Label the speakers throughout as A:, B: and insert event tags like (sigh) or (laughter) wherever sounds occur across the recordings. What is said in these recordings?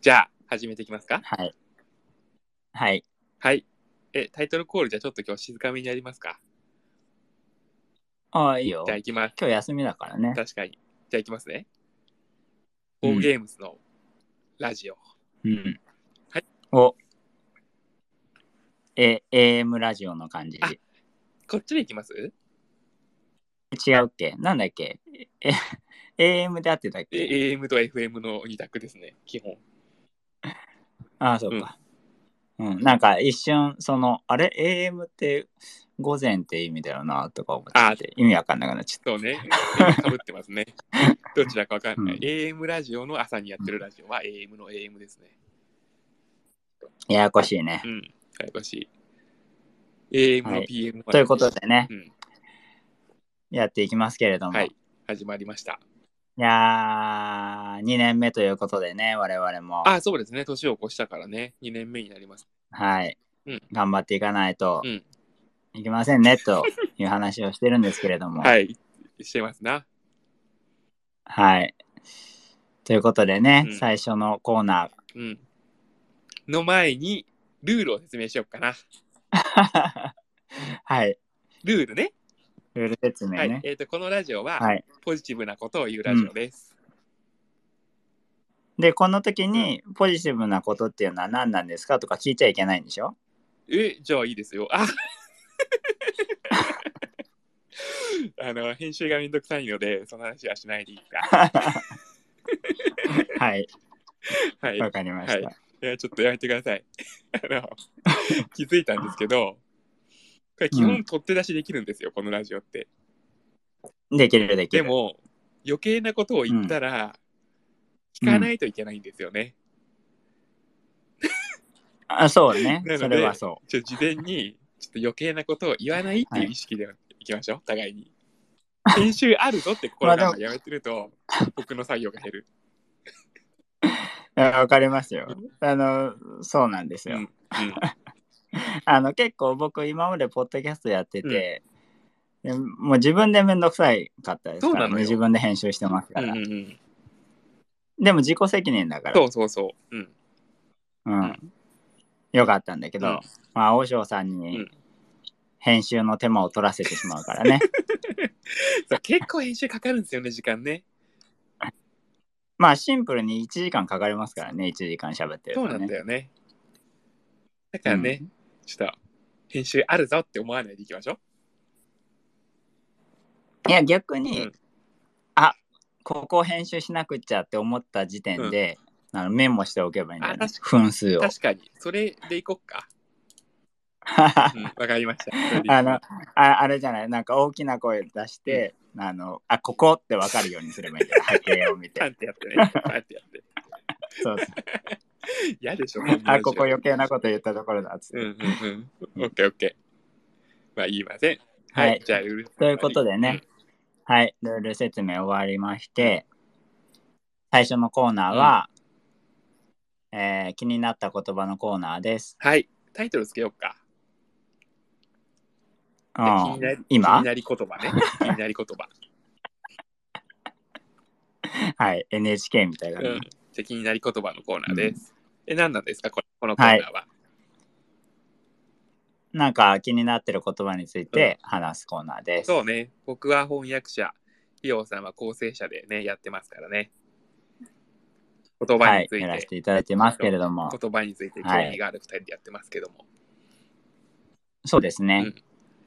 A: じゃあ、始めていきますか。
B: はい。はい。
A: はい。え、タイトルコールじゃあちょっと今日静かめにやりますか。
B: ああ、いいよ。
A: じゃあ
B: 今
A: 行きます。
B: 日休みだからね。
A: 確かに。じゃあ行きますね。
B: う
A: フ
B: ん
A: ォーゲームズのラジオ。
B: うん。
A: はい。
B: お。え、AM ラジオの感じ。
A: あこっちで行きます
B: 違うっけなんだっけえ、AM で合ってたっけ
A: え ?AM と FM の2択ですね、基本。
B: ああ、そうか。うん、なんか一瞬、その、あれ ?AM って午前って意味だよな、とか思
A: あ
B: ってて、意味わかんなくなっちゃった。
A: そう
B: (laughs)
A: ね。かぶってますね。どちらかわかんない。
B: うん
A: AM ラジオの朝にやってるラジオは AM の AM ですね。
B: ややこしいね
A: う。ん。ややこしい。AM
B: は
A: の
B: い
A: PM は
B: ということでね
A: う、ん。
B: やっていきますけれども。
A: はい
B: い
A: 始まりました。
B: やー、2年目ということでね、我々も。
A: あ、そうですね。年を越したからね。2年目になります。
B: はい、
A: うん
B: 頑張っていかないと
A: うん。
B: いけませんね、という話をしてるんですけれども。。
A: はいい。してますな。
B: はい。ということでね、
A: うん
B: 最初のコーナ
A: うん。の前に、ルールを説明しようかな。
B: ー。 (laughs) はい。
A: ルールね。
B: ルール説明
A: はい
B: ね。。
A: えっ、と、このラジオは、
B: はい。
A: ポジティブなことを言うラジオです。
B: で、この時にポジティブなことっていうのは何なんですかとか聞いちゃいけないんでし
A: (laughs)
B: ょ
A: え、じゃあいいですよ。あ (laughs) あの、編集がめんどくさいので、その話はしないでいいか。
B: はい。
A: はい。
B: わかりました。
A: いや、ちょっとやめてください。 (laughs) あの、気づいたんですけど、これ基本取って出しできるんですよ、このラジオって。
B: できるでき
A: で
B: る。
A: も、余計なことを言ったら、聞かないといけないんですよね。
B: あそう
A: な
B: ね
A: ので。
B: それはそ
A: ちょ事前に、ちょっと余計なことを言わないっていう意識でいきましょう、互いに。編集あるぞって心
B: ま
A: が
B: あ
A: やめてると、僕の作業が減る。
B: う。いやわかりますよ。あの、そうなんです
A: うんう
B: よ。
A: ん
B: あの結構僕今までポッドキャストやってて、でもう自分でめんどくさいかったです
A: そう
B: か
A: な
B: ら、
A: のよ
B: ね、自分で編集してます
A: う
B: から、
A: んうんうん
B: でも自己責任だから
A: そうそうそう。うん。
B: う、ん、よかったんだけど、
A: うん
B: まあ、大塩さん
A: う
B: に
A: ん
B: 編集の手間を取らせてしまうから
A: (laughs)
B: ね
A: そう結構編集かかるんですよね、時間ね。
B: まあシンプルに1時間かかりますからね1時間喋ってる
A: そ
B: と
A: う
B: ね
A: なんだよね。だからね、ちょっと編集あるぞって思わないでいきましょ
B: うんいや逆に、
A: うん
B: あここ編集しなくっちゃって思った時点で、あのメモしておけばいいんだよ
A: あ
B: ね
A: 確
B: 分数
A: う。
B: を
A: 確かに、それでいこっか。
B: (laughs)
A: うん、わかりました。それでいきます
B: あの、ああれじゃない、なんか大きな声出して、あの、あ、ここってわかるようにすればいいんだよ、背景を見
A: (laughs) パン
B: て。
A: ってやってね。パンってやって。
B: そうそう
A: 嫌でしょ、んな
B: あ、
A: ラジオ
B: ここ余計なこと言ったところだっつって
A: うんうんうん。オッケーオッケー。まあ言いません。はい、
B: はい
A: じゃあ、うる
B: ということでね、はい、ルール説明終わりまして、最初のコーナーは、えー気になった言葉のコーナーです。
A: はい、タイトルつけようか。気に
B: うん、
A: なり気
B: 今
A: になり言葉
B: (laughs)
A: ね。気になり言葉。
B: はい、NHK みたいな、
A: うん。じゃあ気になり言葉のコーナーです。え、何なんですか、これこのコ
B: は
A: ー
B: い
A: ナーは。
B: なんか気になってる言葉について話すコーナーです。
A: そうね、僕は翻訳者、ひよさんは構成者でね、やってますからね。言葉
B: は
A: に
B: い、
A: ついて、
B: やらせていただいてますけれども、
A: 言葉について興味がある二人でやってますけども。
B: そうですね。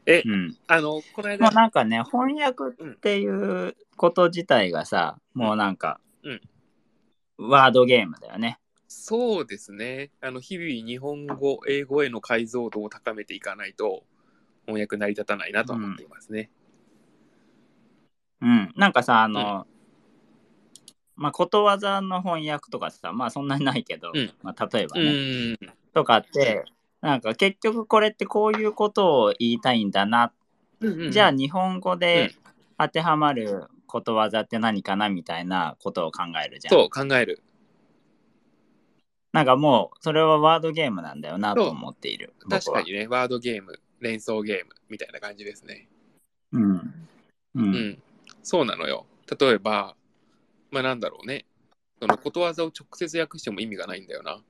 A: え、
B: うん
A: あの、こ
B: (laughs)
A: の間
B: もう、なんかね翻訳っていうこと自体がさ、もうなんか、
A: うん
B: ワードゲームだよね。
A: そうですね。あの、日々日本語、英語への解像度を高めていかないと、翻訳成り立たないなとは思っていますね。
B: うん、なんかさあの、まあことわざの翻訳とかさまあそんなにないけど、
A: うん
B: まあ、例えば
A: う
B: ね、
A: ん。
B: とかってなんか結局これってこういうことを言いたいんだな、
A: うんうん
B: じゃあ、日本語で当てはまることわざって何かなみたいなことを考えるじゃん。
A: そう、考える。
B: なんかもうそれはワードゲームなんだよなと思っている。
A: 確
B: 僕は
A: かにね、ワードゲーム、連想ゲームみたいな感じですね。
B: うんう
A: うんん。そうなのよ。例えば、まあなんだろうね。そそのことわざを直接訳しても意味がないんだよな。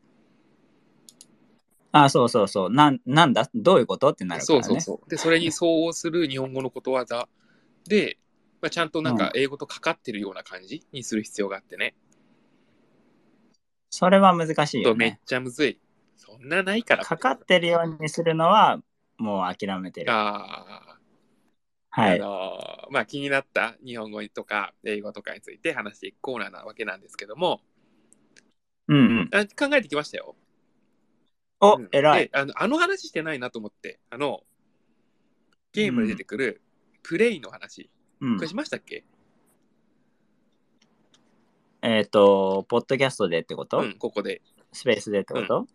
B: あ、そうそうそう。なんなんだどういうことってなるか
A: そ
B: ら
A: う
B: ね。
A: そうそう。で、それに相応する日本語のことわざで、まあ、ちゃんとなんか英語とかかってるような感じにする必要があってね。
B: それは難しい
A: ちょっ
B: よ
A: とめっ
B: ね。
A: ちゃむずい。そんなないから。
B: かかってるようにするのはもう諦めてる。
A: あー、
B: は
A: あ
B: い。
A: のーまあ、気になった日本語とか英語とかについて話していくコーナーなわけなんですけども、
B: うんうん。
A: あ考えてきましたよ。
B: お
A: うん、
B: 偉い。
A: であの。あの話してないなと思って、あの、ゲームで出てくるプレイの話、
B: うん
A: これ、しましたっけ、
B: えっ、と、ポッドキャストでってこと、
A: うん、ここで。
B: スペースでってこと、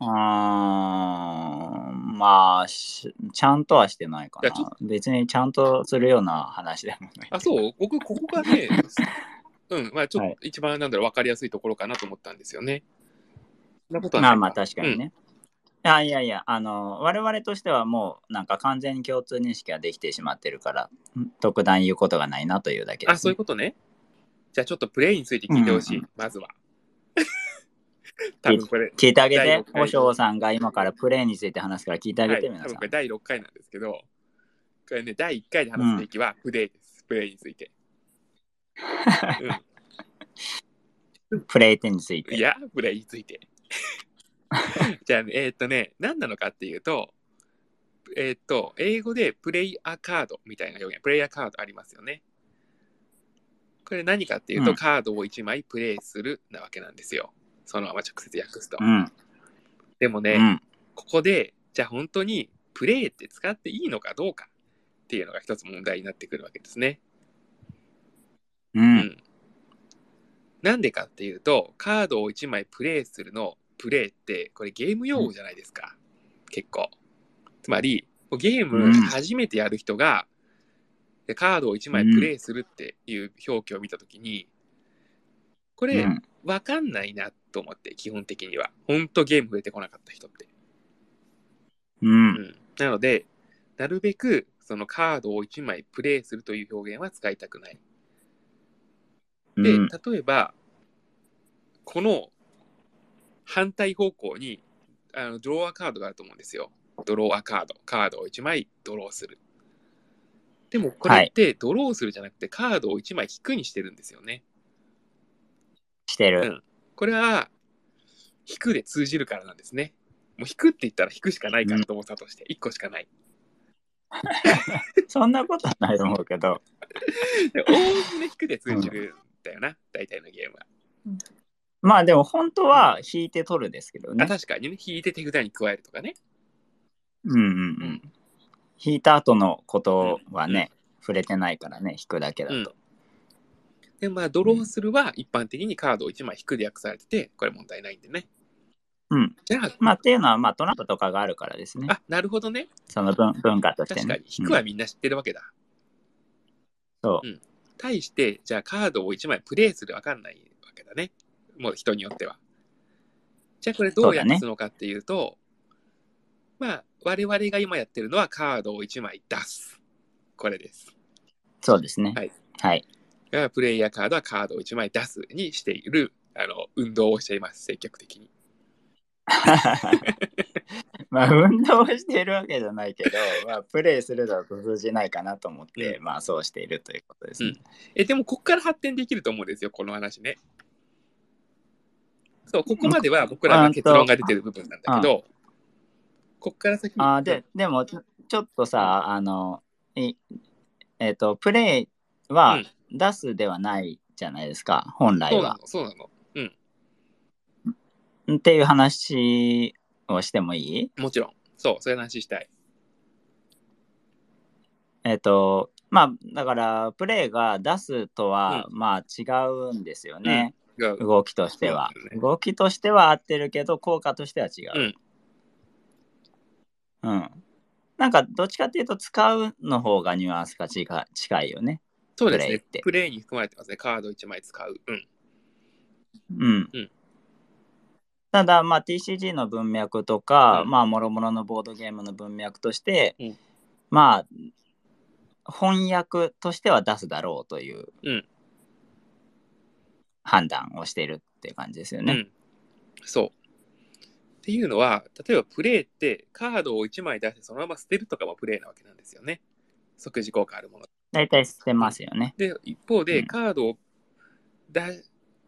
B: あーまあしちゃんとはしてないか
A: いやちょっ
B: な。別にちゃんとするような話でもない。
A: あ、そう、僕、ここが
B: (laughs)
A: ね、うん、まあ、ちょっ
B: は
A: と一番なんだろう、分かりやすいところかなと思ったんですよね。そんなことはな
B: ま
A: い
B: あ
A: か
B: まあ確かにね。あいやいや、あの、我々としてはもうなんか完全に共通認識ができてしまってるから、ん特段言うことがないなというだけです、
A: あ、そういうことね。じゃあちょっとプレイについて聞いてほしい、
B: うん
A: まずは。 (laughs) 多分これ、
B: 聞いてあげ
A: 第
B: て
A: 六、回
B: 保証さんが今からプレイについて話すから聞いてあ
A: は
B: げ
A: い、
B: て、
A: 多
B: 皆
A: 分
B: さん
A: こ。れ第6回なんですけど、これね、第1回で話すべきはプレイです、プレイについて。
B: プレイテについ
A: い
B: て。
A: や、プレイについ
B: (laughs)
A: て。じゃあね、えーっとね、何なのかっていうと、えーっと、英語でプレイヤーカードみたいな表現、プレイヤーカードありますよね。これ何かっていうと、
B: うん
A: カードを1枚プレイするなわけなんですよ。そのまま直接訳すと。
B: うん。
A: でもね、
B: うん。
A: ここで、じゃあ本当にプレイって使っていいのかどうかっていうのが一つ問題になってくるわけですね。
B: う。
A: うんなんでかっていうと、カードを1枚プレイするの、プレイって、これゲーム用語じゃないですか。結構。つまり、ゲー
B: う
A: ム
B: ん
A: 初めてやる人が、でカードを1枚プレイするっていう表記を見たときに、こ
B: う
A: れ、
B: ん。
A: わかんないなと思って、基本的には。ほんとゲーム触れてこなかった人って。
B: うん
A: う。ん、なので、なるべくそのカードを1枚プレイするという表現は使いたくない。
B: う
A: で、
B: ん。
A: 例えば、この反対方向にあのドローアカードがあると思うんですよ。ドローアカード。カードを1枚ドローする。でもこれってドローするじゃなくてカードを1枚引くにしてるんですよね。
B: してる。
A: これは引くで通じるからなんですね。もう引くって言ったら引くしかないからと思ったとして、1個しかない。
B: そんなことはないと思うけど。
A: で (laughs) 大きな引くで通じるんだよな、大体のゲームは。
B: まあでも本当は引いて取るですけど
A: あ
B: ね。
A: 確かにね、引いて手札に加えるとかね。
B: うんうんう
A: うんん。
B: 引いた後のことはね、触れてないからね、引くだけだと。
A: で、まあ、ドローするは一般的にカードを1枚引くで訳されてて、これ問題ないんでね。
B: うん。
A: じゃあ、
B: まあっていうのは、まあトランプとかがあるからですね。
A: あ、なるほどね。
B: その文文化として
A: 確か
B: ね
A: に。、引くはみんな知ってるわけだ。。
B: そう
A: ん。対して、じゃあカードを1枚プレイするわかんないわけだね。もう人によっては。じゃあこれどう訳すのかっていうと、まあ、我々が今やってるのはカードを1枚出す。これです。
B: そうですね。
A: はい。 (laughs)
B: はい。
A: がプレイヤーカードはカードを1枚出すにしているあの運動をしています積極的に
B: まあ運動をしているわけじゃないけど、まあプレイするだと通じないかなと思って、まあそうしているということですね。
A: えでもここから発展できると思うんですよこの話ねそうここまでは僕らが結論が出てる部分なんだけどここから先に
B: あーででもちょちょっとさあのいえっ、とプレイ
A: う
B: は
A: ん
B: 出すではないじゃないですか、本来
A: そうな
B: は。
A: のそうなの
B: っていう話をしてもいい
A: もちろんそうそういう話したい
B: えっ、とまあだからプレイが出すとは、まあ違うんですよね、
A: がうん
B: 動きとしては
A: そう、ですね
B: 動きとしては合ってるけど効果としては違う。うん、なんかどっちかっていうと使うの方がニュアンスが近い近いよね。
A: そうです
B: プレイっ
A: ね
B: て
A: プレイに含まれてますねカード1枚使ううん
B: うん
A: うん
B: ただ、まあ、TCG の文脈とか、
A: うん
B: まあ、もろもろのボードゲームの文脈として、
A: うん
B: まあ、翻訳としては出すだろうという
A: うん
B: 判断をしているっていう感じですよ
A: う
B: ね。
A: ん、そう。っていうのは、例えばプレーってカードを1枚出してそのまま捨てるとかもプレーなわけなんですよね。即時効果あるもの。
B: 大体捨てますよね。
A: で、一方
B: う
A: で
B: ん
A: カードをだ、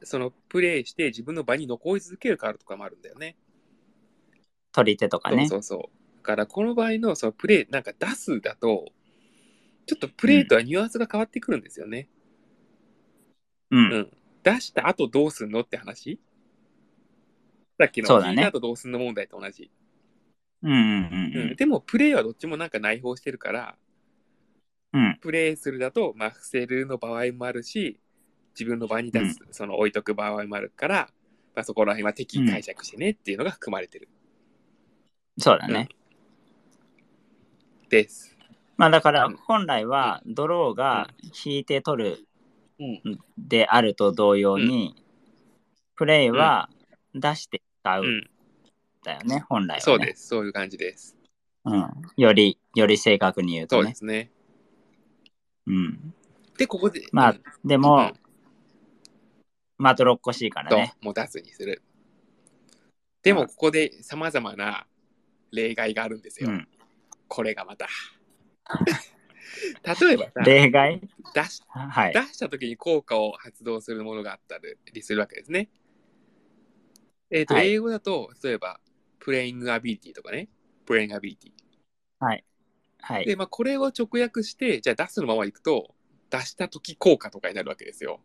A: そのプレイして自分の場に残り続けるカードとかもあるんだよね。
B: 取り手とかね。
A: そうそうそう。だからこの場合のそのプレイ、なんか出すだと、ちょっとプレイとはニュアンスが変わってくるんですよね。
B: う。
A: うんん。出した後どうすんのって話さっきの
B: そうだ
A: 聞
B: ね
A: いた後どうすんの問題と同じ。
B: うんうん
A: うん、でもプレイはどっちもなんか内包してるから
B: うんうん。
A: プレイするだと、まあ、伏せるの場合もあるし自分の場に出す、その置いとく場合もあるから、まあ、そこら辺は敵解釈してねっていうのが含まれてる、
B: そうだね。
A: です。
B: まあだから
A: うん
B: 本来はドローが引いて取る
A: うん、
B: であると同様に、プレイは出して使う
A: うんん、
B: だよね、本来は、ね。
A: そうですそういう感じです。
B: うん。より、より正確に言う
A: そ
B: と
A: うで
B: ね。
A: すね。
B: うん。
A: でここで、
B: まあ、で
A: うん
B: も、
A: うん
B: まあ、泥っこしいから
A: と
B: ね。
A: もう出すにする。で
B: う
A: も
B: ん
A: ここでさまざまな例外があるんですよ、
B: うん。
A: これが
B: (laughs)
A: また。例えばさ
B: 例外
A: 出し
B: はい
A: 出。した時に効果を発動するものがあったりするわけですね。えっ、と、
B: はい
A: 英語だと、例えば、プレイングアビリティとかね、プレイングアビリティ。
B: は
A: で、
B: い。
A: まあ、これを直訳して、じゃあ出すのままいくと、出した時効果とかになるわけですよ。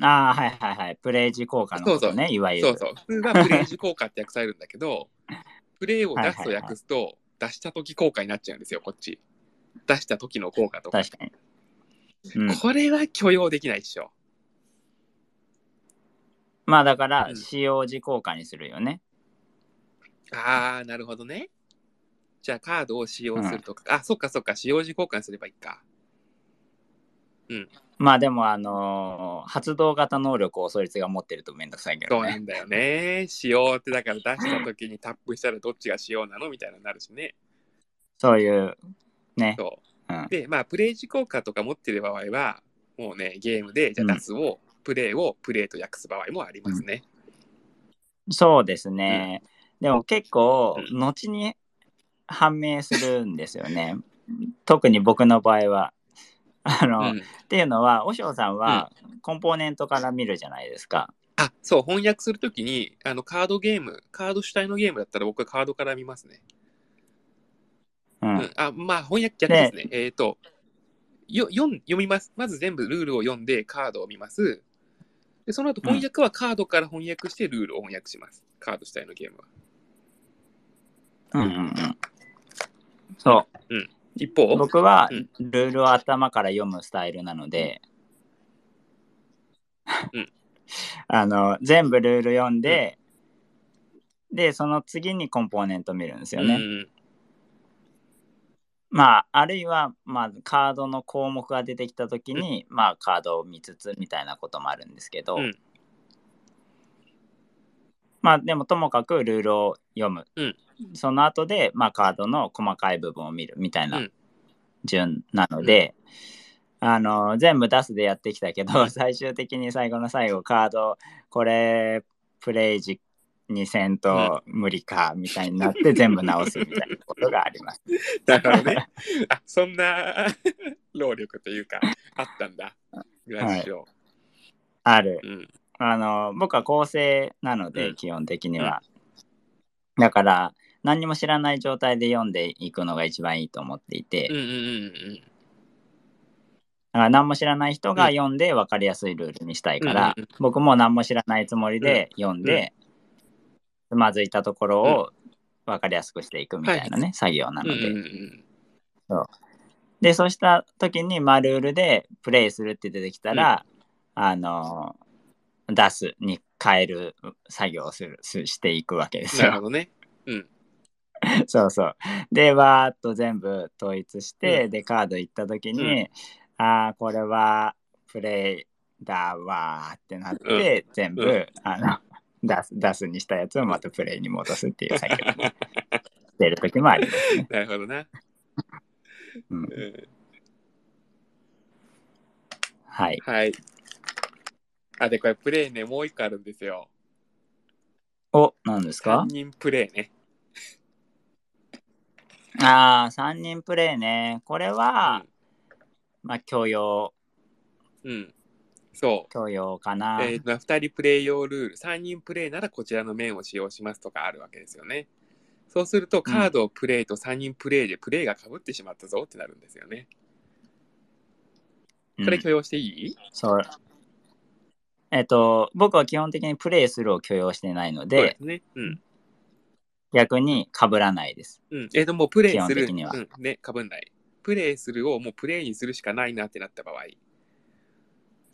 B: ああ、はいはいはい。プレイ時効果のことね、いわゆる。
A: そうそう。普通はプレイ時効果って訳されるんだけど、
B: (laughs)
A: プレイを出すと訳すと、出した時効果になっちゃうんですよ、こっち。出した時の効果とか。
B: 確かに。うん、
A: これは許容できないでしょ。
B: まあだから、
A: うん
B: 使用時効果にするよね。
A: あー、なるほどね。じゃあカードを使用するとか、あ、そっかそっか、使用時交換すればいいか。
B: まあでも、あのー発動型能力をそいつが持ってるとめんどくさいけ
A: そう
B: ど
A: な
B: ね。
A: んだよね。使用ってだから出した時にタップしたらどっちが使用なのみたいなのになるしね。
B: そういう、ね。
A: そうう。
B: ん。
A: で、まあ、プレイ時効果とか持ってる場合は、もうね、ゲームで、じゃあ出すを、プレイをプレイと訳す場合もありますね。
B: そうですね。でも結構、
A: う
B: 後に判明するんですよね。 (laughs) 特に僕の場合は。あ
A: う
B: の、
A: ん。
B: っていうのは、おしょうさんはコンポーネントから見るじゃないですか。
A: あ、そう、翻訳するときに、あの、カードゲーム、カード主体のゲームだったら僕はカードから見ますね。
B: うん。
A: うん、あまあ翻訳逆ですね。えっ、とよ読ん読みます。まず全部ルールを読んでカードを見ます。でその後翻訳はカードから翻訳してルールを翻訳します。カード主体のゲームは。
B: うんうんうん。そ
A: 一
B: う。
A: 方、
B: 僕は
A: うん
B: ルールを頭から読むスタイルなので、
A: うん、
B: (laughs) あの、全部ルール読んで、で、その次にコンポーネント見るんですよね。
A: うん、
B: まあ、あるいは、まあ、カードの項目が出てきた時に、まあ、カードを見つつみたいなこともあるんですけど、
A: うん
B: まあ、でもともかくルールを読む、
A: うん
B: その後で、まあ、カードの細かい部分を見るみたいうなん順なので、あの全部出すでやってきたけど最終的に最後の最後カードこれプレイ時にせんと無理かみたいになって全部直すみたいなことがあります。
A: (laughs) だからね、あそんな (laughs) 労力というか、あったんだ。グラッシュを。
B: ある
A: うん
B: あの僕は構成なので、
A: うん
B: 基本的には、だから何にも知らない状態で読んでいくのが一番いいと思っていて、
A: うんう
B: だ
A: んうんうん
B: から何も知らない人が読んで分かりやすいルールにしたいから、
A: うんうん
B: 僕も何も知らないつもりで読んで、つまずいたところを分かりやすくしていくみたいなね、作業な
A: うんう
B: ので、
A: んうん
B: でそうした時に、まあ、ルールでプレイするって出てきたら、あの出すに変える作業をするすしていくわけです
A: な
B: よ
A: る。ほどね。
B: (laughs) そうそう。で、わーっと全部統一して、
A: う
B: で、カード行った時
A: う
B: に、ああ、これはプレイだわーってなって、全部、
A: うん
B: あの、出す、出すにしたやつをまたプレイに戻すっていう作業を
A: (laughs)
B: してる時もありますね。
A: なるほどな。
B: うん
A: うん
B: はい。
A: はい。あ、で、これプレイね、もう一個あるんですよ。
B: お、何ですか
A: 3人プレイね。
B: ああ、3人プレイね。これは、まあ、許容、
A: うん。うん。そ
B: 許容か
A: う。
B: な。
A: えー、2人プレイ用ルール、3人プレイならこちらの面を使用しますとかあるわけですよね。そうすると、カードをプレイと3人プレイでプレイがかぶってしまったぞってなるんですよね。
B: うん
A: これ許容していい、
B: そう。えっと、僕は基本的にプレイするを許容してないの
A: そう
B: で、
A: すね。うん。
B: 逆に被らないです。
A: うん、えっ、と、もうプレイす
B: 基本
A: る、
B: 的には
A: うん、ね、かぶんない。プレイするをもうプレイにするしかないなってなった場合、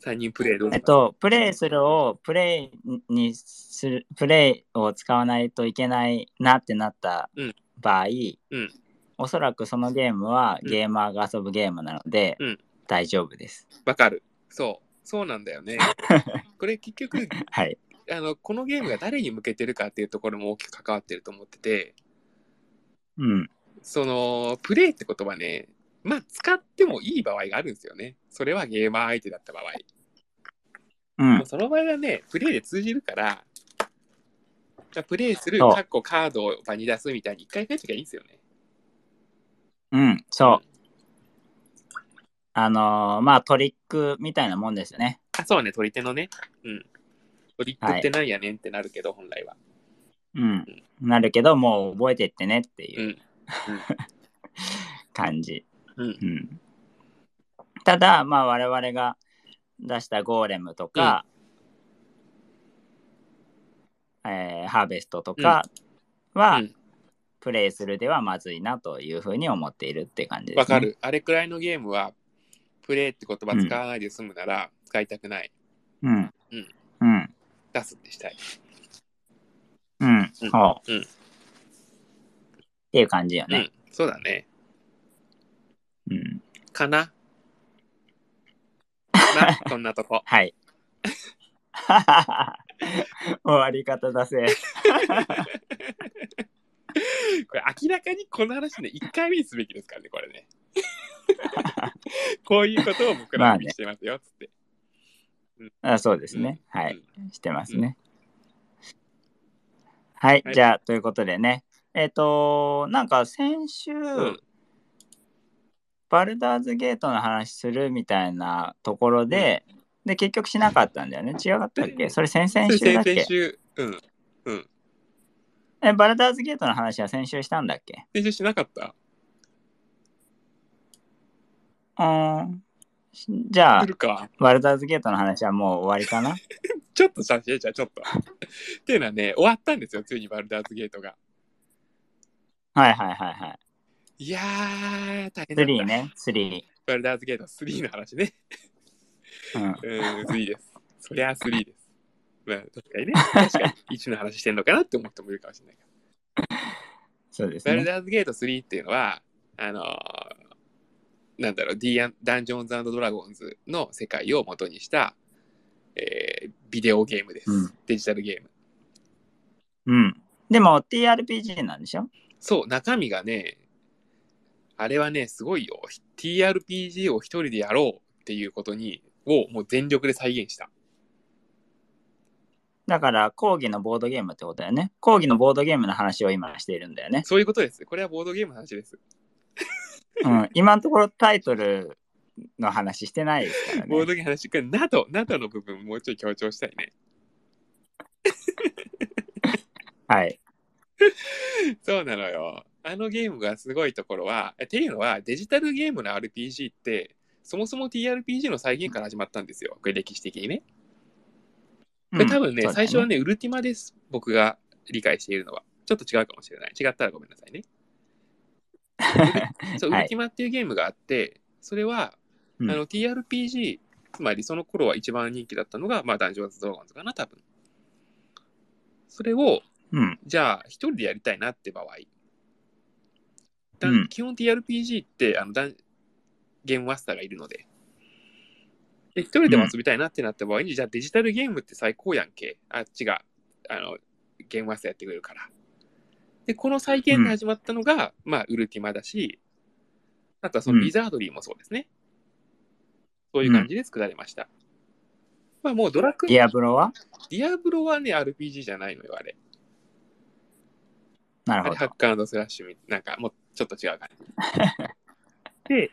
A: 3人プレイどう
B: えっと、プレイするをプレイにする、プレイを使わないといけないなってなった
A: うん
B: 場合、
A: うん
B: おそらくそのゲームは
A: うん
B: ゲーマーが遊ぶゲームなので、
A: うん
B: 大丈夫です。
A: わかる。そう。そうなんだよ
B: (laughs)
A: ね。これ結局、
B: はい。
A: あの、このゲームが誰に向けてるかっていうところも大きく関わってると思ってて、
B: うん。
A: その、プレイって言葉ね、まあ、使ってもいい場合があるんですよね。それはゲーマー相手だった場合。
B: う
A: も
B: ん
A: う。その場合はね、プレイで通じるから、じゃあプレイする、
B: そう
A: かっこカードを場に出すみたいに一回書いときゃいいんですよね。
B: うん。そう。あのーまあ、トリックみたいなもんですよね。
A: あ、そうね、取り手のね。うん。トリックってなんやねんってなるけど、本来は。。
B: うん。なるけど、もう覚えてってねっていううん感じ。
A: うん。
B: うん、ただまあ我々が出したゴーレムとか、えーハーベストとかは、
A: うん
B: プレイするではまずいなというふうに思っているって感じです、ね。
A: わか。る。あれくらいのゲームは、プレイって言葉使わないで済むなら、使いたくない。
B: うん。
A: うん
B: うん。
A: 出すってしたい。
B: うん。そう。
A: うん
B: っていう感じよ
A: う
B: ね。
A: ん。そうだね。
B: うん。
A: か
B: (laughs)
A: な。かな、そんなとこ。
B: はい。 (laughs) 終わり方だせ。
A: これ、明らかにこの話ね、1回目にすべきですからね、こ (laughs) れね。こういうことを僕らは見してますよ、つって。
B: あそうですね。はい。
A: うん。
B: してますね。はい、
A: はい
B: じゃあということでね、えっ、と、なんか先週、
A: うん
B: バルダーズゲートの話するみたいなところで、で、結局しなかったんだよね。違かったっけそれ先々週だっ
A: 先々
B: け
A: 週、うん。うん。
B: え、バルダーズゲートの話は先週したんだっけ
A: 先週しなかった
B: うーん。しじゃあ
A: する、か。
B: バルダーズゲートの話はもう終わりかな
A: ちょっとさ、しえちゃん、ちょっと。 (laughs) っていうのはね、終わったんですよ、ついにバルダーズゲートが。
B: はいはいはいはい。
A: いやー、大変だった
B: 3。ね、3。
A: バルダーズゲート3の話ね。
B: うん。
A: うん、3です。そりゃ3です。まあ、確かにね、確かに1の話してんのかなって思ってもいるかもしれないけど。
B: そうです
A: バル
B: ね。
A: ダーズゲート3っていうのは、あのーなんだろう、D& ダンジョンズドラゴンズの世界を元にした、えービデオゲームです、
B: うん
A: デジタルゲーム。
B: うん。でも TRPG なんでしょ
A: そう、中身がね、あれはね、すごいよ。TRPG を一人でやろうっていうことに、をもう全力で再現した。
B: だから、講義のボードゲームってことだよね。講義のボードゲームの話を今しているん
A: (laughs)
B: だよね。
A: そういうことです。これはボードゲームの話です。
B: うん、今のところタイトルの話してないですから
A: ボー
B: ね。
A: ドゲームの話、これなど、などの部分もうちょい強調したいね。
B: はい。
A: そうなのよ。あのゲームがすごいところは、えっていうのはデジタルゲームの RPG って、そもそも TRPG の再現から始まったんですよ。これ歴史的にね。こ
B: う
A: れ
B: ん
A: 多分ね、
B: そうだよ
A: 最初はね、ウルティマです。僕が理解しているのは。ちょっと違うかもしれない。違ったらごめんなさい
B: (laughs)
A: ね。そう、
B: はい
A: ウルティマっていうゲームがあって、それは、
B: うん
A: あの TRPG、つまりその頃は一番人気だったのが、まあ、ダンジョンズ・ドラゴンズかな、多分。それを、
B: うん。
A: じゃあ、一人でやりたいなって場合。だ
B: うん
A: 基本 TRPG ってあのだんゲームマスターがいるので。で一人でも遊びたいなってなった場合に、じゃあデジタルゲームって最高やんけ。あっちが、あの、ゲームマスターやってくれるから。で、この再現で始まったのが、まあ、ウルティマだし、あとはその
B: うん
A: リザードリーもそうですね。そういう感じで作られました。まあもうドラクエ、
B: ディアブロは
A: ディアブロはね、RPG じゃないのよ、あれ。
B: な
A: あ
B: る
A: れ、
B: ほ
A: ハッ
B: ど。
A: カースラッシュみ、なんかもうちょっと違う感じ。で、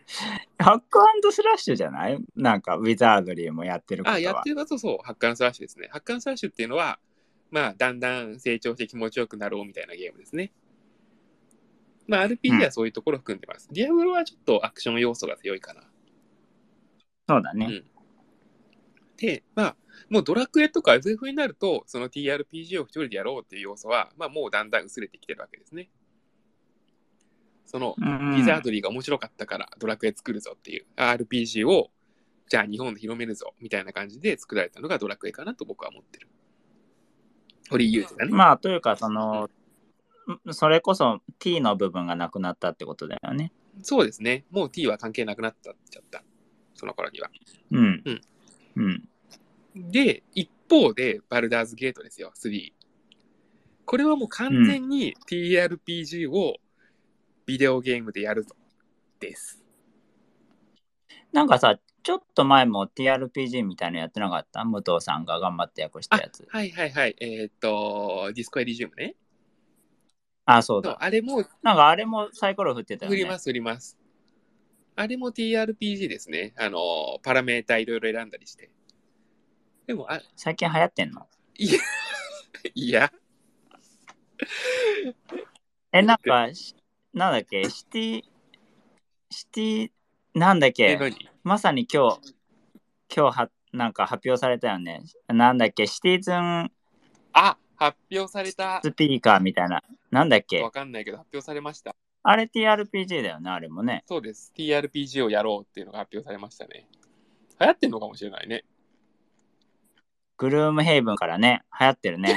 B: ハックスラッシュじゃないなんか、ウィザードリーもやってることは。
A: あ、やってることそう、ハッカースラッシュですね。ハッカースラッシュっていうのは、まあ、だんだん成長して気持ちよくなろうみたいなゲームですね。まあ、
B: うん
A: RPG はそういうところを含んでます。ディアブロはちょっとアクション要素が強いかな。
B: そうだね。
A: で、まあ、もうドラクエとか SF になると、その TRPG を一人でやろうっていう要素は、まあ、もうだんだん薄れてきてるわけですね。その、
B: うん
A: リザードリーが面白かったからドラクエ作るぞっていう RPG をじゃあ日本で広めるぞみたいな感じで作られたのがドラクエかなと僕は思ってる。堀井雄二だね。
B: まあ、というか、その、それこそ T の部分がなくなったってことだよね。
A: そうですね。もう T は関係なくなっちゃった。その頃には。
B: うん。
A: うん。
B: うん。
A: で、一方でバルダーズゲートですよ、3。これはもう完全に TRPG をビデオゲームでやるぞ。です。
B: なんかさ、ちょっと前も TRPG みたいなのやってなかった武藤さんが頑張って訳したやつ。
A: はいはいはい。えーっと、ディスコエリジウムね。
B: あそう
A: そう
B: だ。
A: あれも
B: なんかあれもサイコロ振ってたよ
A: 振
B: ね。
A: ります、振ります。あれも TRPG ですね。あのー、パラメータいろいろ選んだりして。でも、あ、
B: 最近流行ってんの
A: いや、
B: え、なんか、しなんだっけ、シティ、シティ、なんだっ
A: え、
B: け、
A: 何
B: まさに今日、今日は、なんか発表されたよね。なんだっけ、シティズン
A: あ、発表された。
B: スピーカーみたいな。なんだっけ
A: わ、かんないけど、発表されました。
B: あれ TRPG だよね、あれもね。
A: そうです。TRPG をやろうっていうのが発表されましたね。流行ってんのかもしれないね。
B: グルームヘイブンからね、流行って
A: (laughs)
B: るね。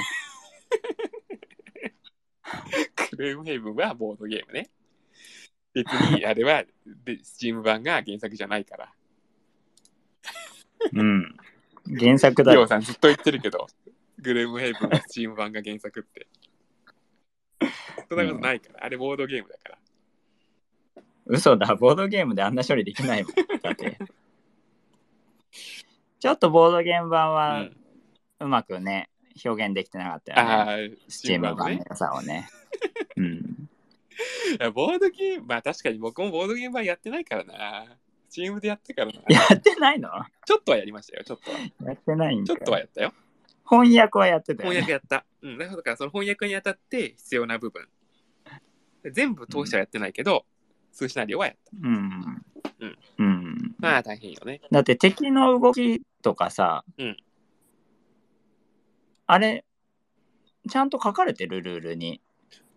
A: クレームヘイブンはボードゲームね。別に、あれは、で、スチーム版が原作じゃないから。
B: うん。原作だ
A: りょ
B: よ
A: う。さんずっと言ってるけど、 (laughs) グルームヘイブンはスチーム版が原作って。そんなことないから、あれボードゲームだから。
B: 嘘だ、ボードゲームであんな処理できないもん。だ
A: (laughs)
B: って。ちょっとボードゲーム版
A: う
B: は
A: ん
B: うまくね、表現できてなかったよね。
A: ああ、
B: スチーム版
A: ね
B: の。良さをね。うん。
A: いや、ボードゲーム、まあ確かに僕もボードゲーム版やってないからな。チームでやってからな。
B: やってないのや
A: ちょっとはやりましたよ、ちょっとは。
B: ってないん
A: ち
B: だ
A: ょっとはやったよ。
B: 翻訳はやってたよ
A: 翻
B: ね。
A: 訳やった。うん、だからその翻訳にあたって必要な部分。全部通してはやってないけど、数シナリオはやった。
B: うん。
A: うん
B: うん。
A: まあ大変よね。
B: だって敵の動きとかさ、
A: うん
B: あれ、ちゃんと書かれてるルールに。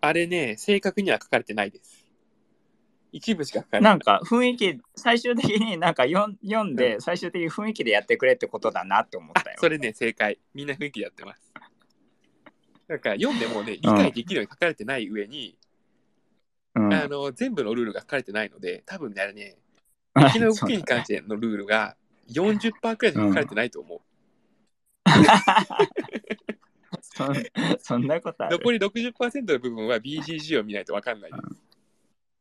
A: あれね、正確には書かれてないです。一部しか書か
B: (laughs)
A: れてな
B: ないん。か雰囲気、最終的になんか読ん読んで、最終的に雰囲気でやってくれってことだなって思っ
A: あ
B: たよ。
A: それね、正解。みんな雰囲気でやってます。だから読んでもね、理解できるように書かれてない上に、
B: うん
A: あの全部のルールが書かれてないので、多分ね、あれね、
B: (laughs) あ
A: 敵の動きに関してのルールが40%くらいしか書かれてないと思う。
B: そん (laughs) そんなことある。
A: 残り60%の部分は BGG を見ないと分かんないです。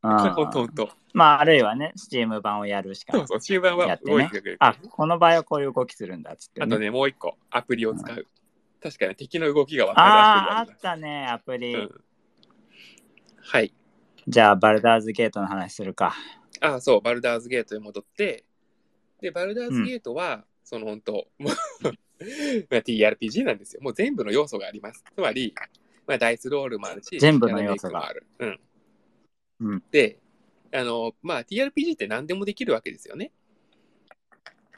A: これ
B: あ
A: 本当
B: ー
A: 本当。
B: まあ、あるいはね、スチーム版をやるしか
A: そうそう、終盤
B: や
A: は
B: ってね
A: 動いてくれる。
B: あ、この場合はこういう動きするんだっつって、
A: あとね、もう一個、アプリを使う。確かに敵の動きが分
B: あ
A: か
B: ー
A: る
B: あったね、アプ
A: アプ
B: リ。
A: リがあるんだ。うんはい。
B: じゃあ、バルダーズゲートの話するか。
A: ああ、そう、バルダーズゲートに戻って、で、バルダーズゲートは、その本当、 (laughs) もうまあ TRPG なんですよ。もう全部の要素があります。つまり、まあ、ダイスロールもあるし、
B: 全部の要
A: キ
B: 素が
A: ャラメイクもある。うん。
B: うん。
A: で、あの、まあ、TRPG って何でもできるわけですよね。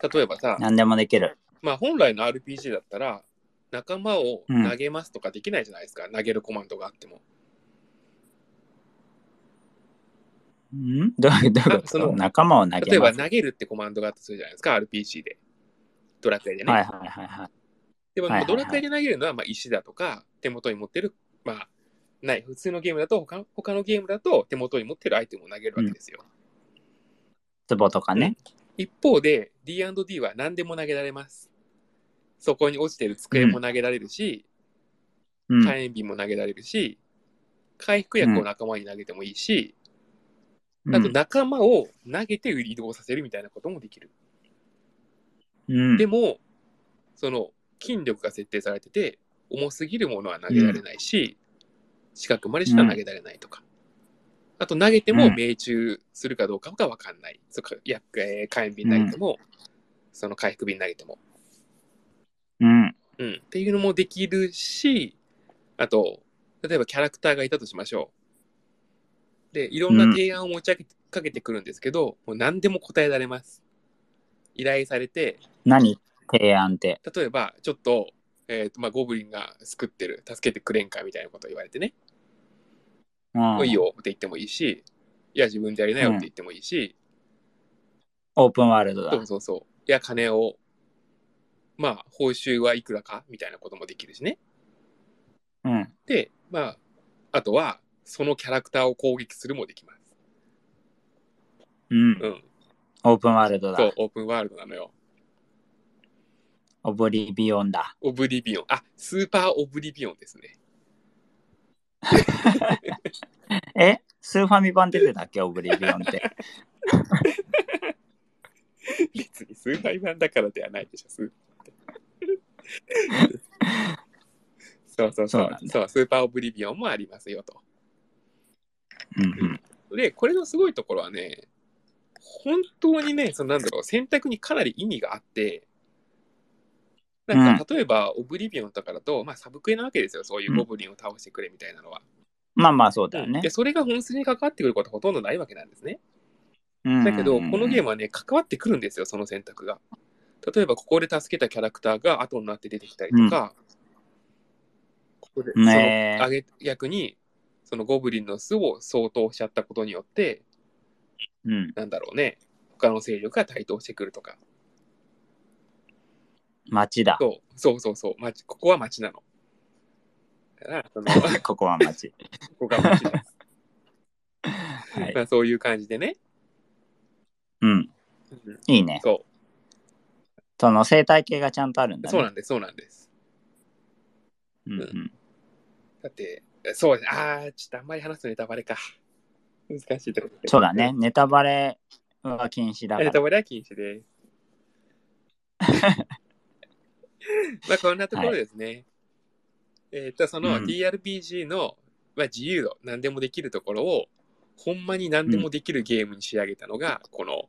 A: 例えばさ、
B: 何でもできる。
A: まあ、本来の RPG だったら、仲間を投げますとかできないじゃないですか。投げるコマンドがあっても。
B: ん (laughs) どういうどういうこ
A: あその
B: と仲間を投
A: 例
B: げ
A: えば
B: ます。
A: 投げるってコマンドがあったとするじゃないですか、RPG で。ドラクエでね。
B: はいはいはいはい。
A: でも、
B: はいはいはい
A: ドラクエで投げるのはまあ石だとか、手元に持ってる、まあ、ない。普通のゲームだと他の、他のゲームだと手元に持ってるアイテムを投げるわけですよ。
B: ツボとかね。
A: 一方で、D&D は何でも投げられます。そこに落ちてる机も投げられるし、
B: うん。
A: 火炎瓶も投げられるし、回復薬を仲間に投げてもいいし、
B: う
A: あと
B: ん
A: 仲間を投げて移動させるみたいなこともできる。
B: うん
A: でも、その筋力が設定されてて重すぎるものは投げられないし、近くまでしか投げられないとか、あと投げて
B: う
A: も
B: ん
A: 命中するかどうかが分かんない、そっかやえー火炎瓶投げても、その回復瓶投げても、
B: うん。
A: うん、っていうのもできるしあと例えばキャラクターがいたとしましょうでいろんな提案を持ち上げかけてくるんですけど、もう何でも答えられます依頼されて
B: 何提案って。
A: 例えばちょっと,、えーとまあ、ゴブリンが救ってる助けてくれんかみたいなこと言われてね、
B: うん
A: もういいよって言ってもいいしいや自分でやりなよって言ってもいいし、
B: オープンワールドだ
A: そう。そうそういや金をまあ報酬はいくらかみたいなこともできるしね
B: うん。
A: でまああとはそのキャラクターを攻撃するもできます
B: うん
A: う。ん
B: オープンワールド
A: そう
B: だ。
A: オープンワールドなのよ
B: オブリビオンだ。
A: オブリビオンあスーパーオブリビオンですね
B: えスーファミ版出てたっけオブリビオ
A: (laughs)
B: ンって。
A: 別に数倍版だからではないで
B: (laughs)
A: しょ、スーパーって。そうそうそ
B: そう
A: う
B: なんだ
A: そう、スーパーオブリビオンもありますよと。
B: うんうん。
A: で、これのすごいところはね、本当にね、そのなんだろう、選択にかなり意味があって、なんか例えば、オブリビオンとかだと、まあ、サブクエなわけですよ、そういうゴブリンを倒してくれみたいなのは。
B: まあまあそうだよね
A: で、。それが本筋に関わってくることはほとんどないわけなんですね。だ
B: だ
A: けど、このゲー
B: ム。
A: ムはね、関わってくるんですよ、その選択が。例えば、ここで助けたキャラクターが後になって出てきたりとか、ここで、その
B: ねえ
A: あげ逆に、そのゴブリンの巣を相当しちゃったことによって、
B: うん。
A: なんだろうね、他の勢力が台頭してくるとか、
B: 街だ。
A: そうそうそうそう、町ここは町なの。だから、
B: (laughs)
A: そのこ
B: (laughs) ここは街。
A: こが町です。
B: はい
A: ま。あ、そういう感じでね。
B: うん。
A: うん
B: いいね。
A: そ
B: その生態系がちゃんとあるん
A: う、
B: だね。
A: そうなんです、そうなんです。
B: うんうん。
A: だって、そうです。ああ、ちょっとあんまり話すネタバレか。難しいところです
B: そうだね。。ネタバレは禁止だか
A: ネ
B: ら
A: タ。バレは禁止
B: (laughs)
A: です。まあ、こんなところですね。えーっと、その
B: うん
A: TRPG の、まあ、自由度、何でもできるところを、ほんまに何でもできるゲームに仕上げたのが、この、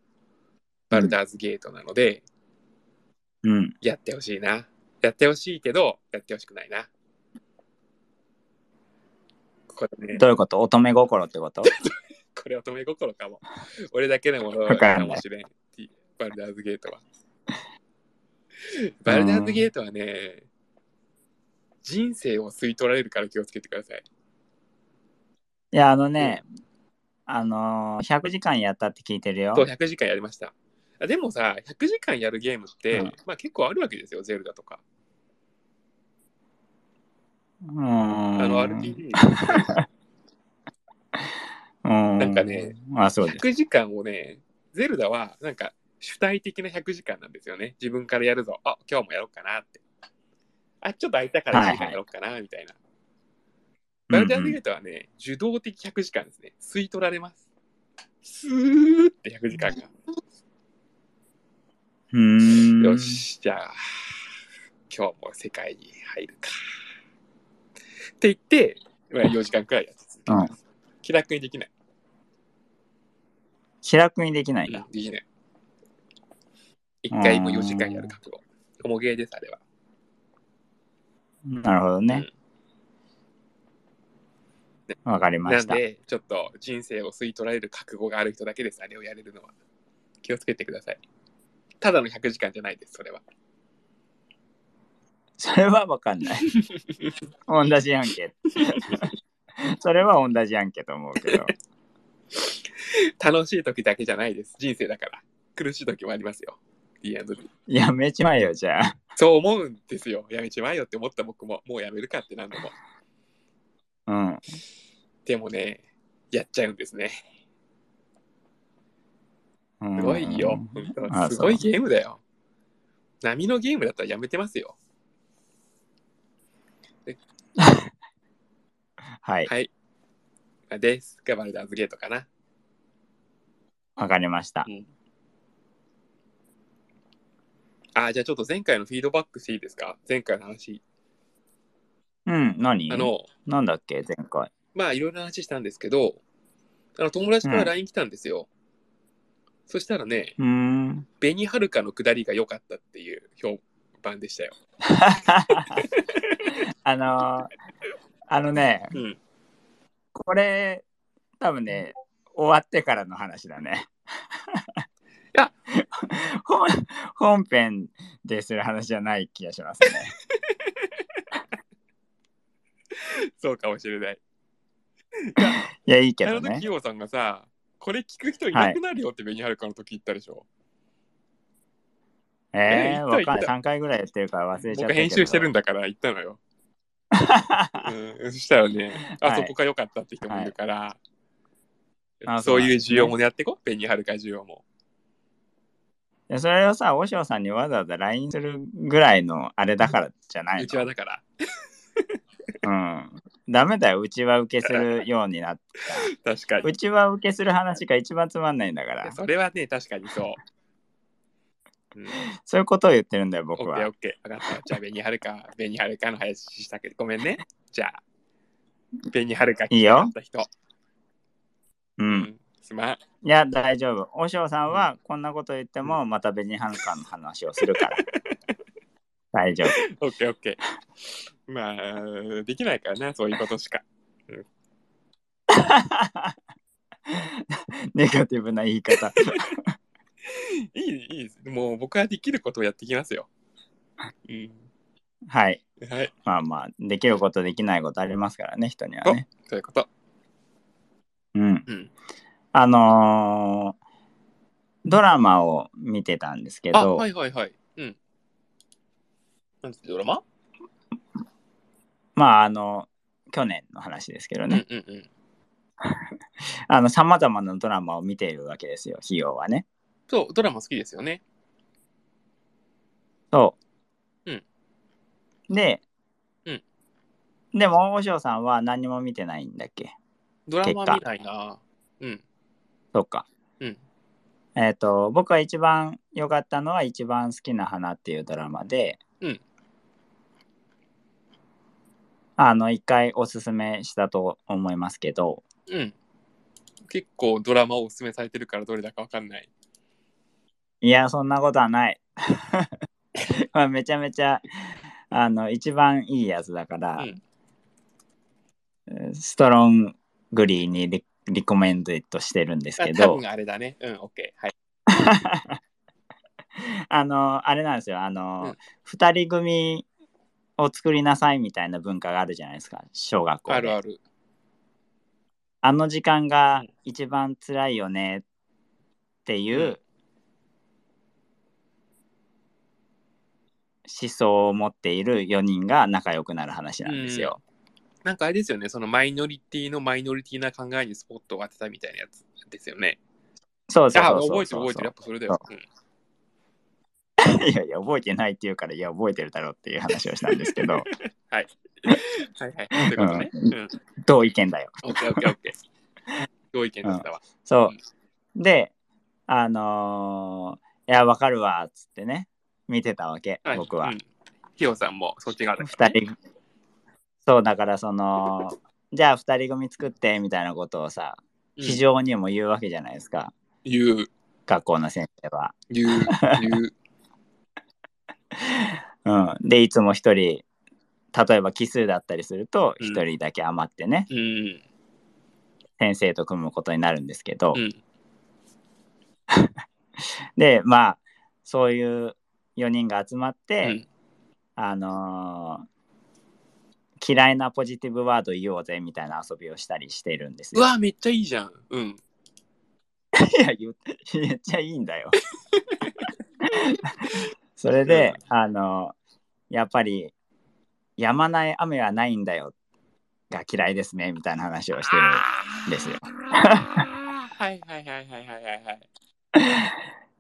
A: バルダーズゲートなので、
B: うん。
A: やってほしいな。やってほしいけど、やってほしくないな。これね、
B: どういうこと乙女心っ
A: (laughs)
B: てこと
A: これ乙女心かも。俺だけのもの
B: わかん
A: か
B: ない
A: もしれん。T- バルダーズゲートは。バルダーズゲートはね、人生を吸い取られるから気をつけてください。
B: いや、あのね、あのー、100時間やったって聞いてるよ
A: そう、。100時間やりました。あでもさ、100時間やるゲームって、
B: うん
A: まあ結構あるわけですよ、ゼルダとか。
B: う
A: あ
B: ーん。
A: の RPG。
B: うん。
A: なんかね。
B: あ、そうです。
A: 100時間をね、ゼルダはなんか主体的な100時間なんですよね。自分からやるぞ。あ、今日もやろうかなって。あ、ちょっと空いたから1時間やろうかな、みたいな。バルダーズゲートはね、受動的100時間ですね。吸い取られます。スーって100時間が。
B: うんうん。
A: よし、じゃあ、今日も世界に入るか。って言って、まあ、4時間くらいやって続けます。気楽にできない。
B: 気楽にできないんだ。
A: できない。1回も4時間やる覚悟。重ゲーです、あれは。
B: なるほどね。わかりま
A: なん
B: した。
A: で、ちょっと人生を吸い取られる覚悟がある人だけです、あれをやれるのは。気をつけてください。ただの100時間じゃないです、それは。
B: それはわかんない。
A: (laughs)
B: 同じやんけ。 (laughs) それは同じやんけと思うけ
A: (laughs)
B: ど。
A: 楽しい時だけじゃないです、人生だから。苦しい時もありますよ。D&D
B: やめちまえよ、じゃあ。
A: そう思うんですよ。やめちまえよって思った僕も、もうやめるかって何度も。
B: うん。
A: でもね、やっちゃうんですね。
B: うん
A: すごいよ。本
B: あ
A: 当すごいゲームだよ。波のゲームだったらやめてますよ。
B: はい。
A: はい。です。がバルダーズゲートかな。
B: わかりました
A: うん。あ、じゃあちょっと前回のフィードバックしていいですか前回の話。
B: うん、何
A: あの、
B: なんだっけ、前回。
A: まあいろいろな話したんですけど、あの友達か
B: う
A: ら
B: ん
A: LINE 来たんですよ。そしたらね、
B: うーん。
A: 紅はるかの下りが良かったっていう評判でしたよ。
B: あのーあのね、
A: うん。
B: これ、多分ね、終わってからの話だね。
A: いや
B: (laughs) 本本編でする話じゃない気がしますね。
A: (laughs) そうかもしれない。
B: いや、いいけ
A: あ
B: ど
A: の時、
B: ね
A: ヒ。ヨさんがさ、これ聞く人いなくなるよって紅はるかの時言ったでしょ。
B: え
A: え
B: ー、
A: ー
B: わ
A: 言った
B: かん
A: 言った
B: 3回ぐらいやってるから忘れちゃったけど。
A: 僕編集してるんだから言った
B: (laughs)
A: のよ。うん、そしたらね、
B: はい
A: あそこが良かったって人もいるから、
B: あ
A: そういう需
B: そうなんですね
A: 要もやってこ、紅はるか需要も。
B: でそれをさ、和尚さんにわざわざ LINE するぐらいのあれだからじゃないう
A: ちは
B: の
A: だから、
B: うん。ダメだよ、うちは受けするように
A: (laughs)
B: なって。
A: 確かに
B: う。ちは受けする話が一番つまんないんだから。
A: それはね、確かに
B: (laughs)
A: そう。うん、
B: そういうことを言ってるんだよ、
A: オッ
B: 僕
A: ケー
B: は
A: オ。ッケー。分かった。じゃあ、紅はるか、紅はるかの話したけど、ごめんね。じゃあ、紅はるか聞きたかった人。
B: う。
A: うんん、すまん。
B: いや、大丈夫。和尚さんはこんなこと言っても、またベニハンカの話をするから。 (laughs) 大丈夫。
A: オッケーオッケー。まあ、できないからな、そういうことしか。
B: ネガティブな言い方。 (laughs)
A: いい、いいです。もう僕はできることをやってきますよ。うん。
B: はい。
A: はい、
B: まあまあ、できること、できないことありますからね、人にはね。
A: そういうこと。
B: うん。
A: うん。
B: あのードラマを見てたんですけ
A: あ、
B: ど、
A: はいはいはい。うん。なんてドラマ
B: まあ、あの、去年の話ですけど
A: う
B: ね。
A: んうんうん。
B: あの、さまざまなドラマを見ているわけですよ、費用はね。
A: そう、ドラマ好きですよね。
B: そう。
A: うん
B: で、
A: うん
B: でも、大塩さんは何も見てないんだっけ
A: ドラマ
B: 結果
A: 見ないな。うん。
B: そうか。
A: うん。
B: えっ、と、僕は一番良かったのは、一番好きな花っていうドラマで、
A: うん
B: あの、一回おすすめしたと思いますけど、
A: うん。結構ドラマをおすすめされてるからどれだかわかんない。
B: いや、そんなことはない。 (laughs) まあ、めちゃめちゃ、あの、一番いいやつだから、
A: うん
B: ストロングリーにリリコメンドとしてるんです
A: あ
B: け
A: 多
B: ど、
A: 分あれだね。うん、オッケー。はい。
B: あの、あれなんですよ、あ
A: うん
B: の、二、人組を作りなさいみたいな文化があるじゃないですか、小学校で。
A: あるある。
B: あの時間が
A: うん
B: 一番辛いよねっていううん思想を持っている4人が仲良くなる話なんですよ。
A: なんかあれですよね。そのマイノリティのマイノリティな考えにスポットを当てたみたいなやつですよね。
B: そうそう
A: あ、
B: そう
A: 覚
B: そう
A: えてる
B: そ
A: 覚
B: う
A: えてる。やっぱそれだよ。うん
B: いやいや、覚えてないって言うから、いや、覚えてるだろうっていう話をしたんです
A: (laughs)
B: けど、
A: はいはい。そういうことね。
B: う
A: うん。
B: 同意見だよ。
A: オッケーオッケーオッケー。同意見だったわ。
B: そう。で、あのーいや、わかるわ、っつってね、見てたわけ、
A: い
B: 僕は。。
A: うんヒヨさんもそっち側だから
B: 二人そうだからそのじゃあ二人組作ってみたいなことをさ
A: うん
B: 非常にも言うわけじゃないですか、
A: 言う、
B: 学校の先生は。
A: 言う、言う。
B: うん、でいつも一人例えば奇数だったりすると
A: うん
B: 一人だけ余ってね、
A: うん。
B: 先生と組むことになるんですけど、
A: うん。
B: でまあそういう4人が集まっ
A: う
B: て、
A: ん。
B: あのー嫌いなポジティブワード言おうぜみたいな遊びをしたりしてるんです
A: う
B: よ。
A: わ、めっちゃいいじゃん。うん。
B: (laughs) いや、言うめっちゃいいんだ
A: (laughs)
B: よ。それで、あの、やっぱり、やまない雨はないんだよが嫌いですね、みたいな話をしてる。
A: あー
B: ですよ
A: はいはいはいはいはいはいはい。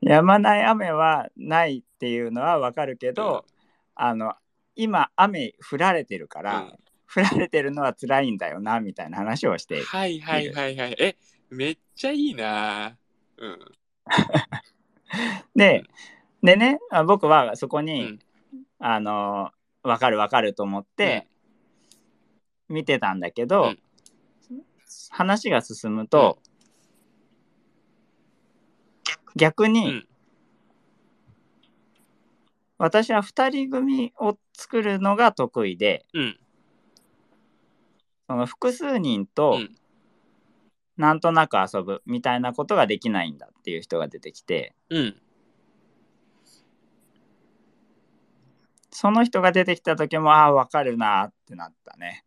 B: やまない雨はないっていうのはわかるけど、あの、今、雨降られてるから、
A: うん
B: 降られてるのは辛いんだよな、みたいな話をしている。
A: はいはいはいはい。え、めっちゃいいな。うん。
B: で、でね、あ僕はそこ
A: う
B: に
A: ん、
B: あの、わかるわかると思って、見てたんだけど、
A: うん
B: 話が進むと、逆
A: う
B: に、
A: ん
B: 私は2人組を作るのが得意で
A: うん
B: その複数人と
A: うん
B: なんとなく遊ぶみたいなことができないんだっていう人が出てきて
A: うん
B: その人が出てきた時もああ分かるなーってなったね。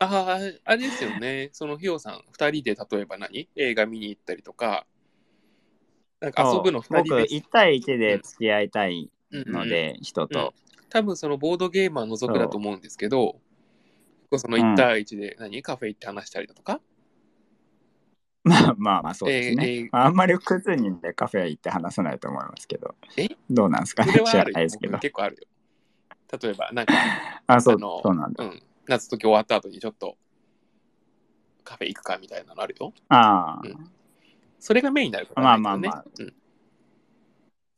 A: あああれですよねそのひよさん2人で例えば何映画見に行ったりとかなんか遊ぶの2
B: 僕
A: 人で
B: 1対1で付き合いたいの
A: うんうん
B: で、人と、
A: 多分そのボードゲームは除くだと思うんですけどその1対1で何、カフェ行って話したりだとか
B: (laughs) まあまあまあそうです
A: えーえー
B: ね、まああんまり複数人でカフェ行って話さないと思いますけど
A: え
B: どうなんですかね
A: それは
B: 知
A: あ
B: ら
A: る
B: ないですけど
A: よ結構あるよ例えばなんか
B: あそう
A: あの
B: そうなんだ
A: うん、夏時終わった後にちょっとカフェ行くかみたいなのあるよ。
B: ああ、
A: うんそれがメインになるから、
B: まあまあまあ
A: うん、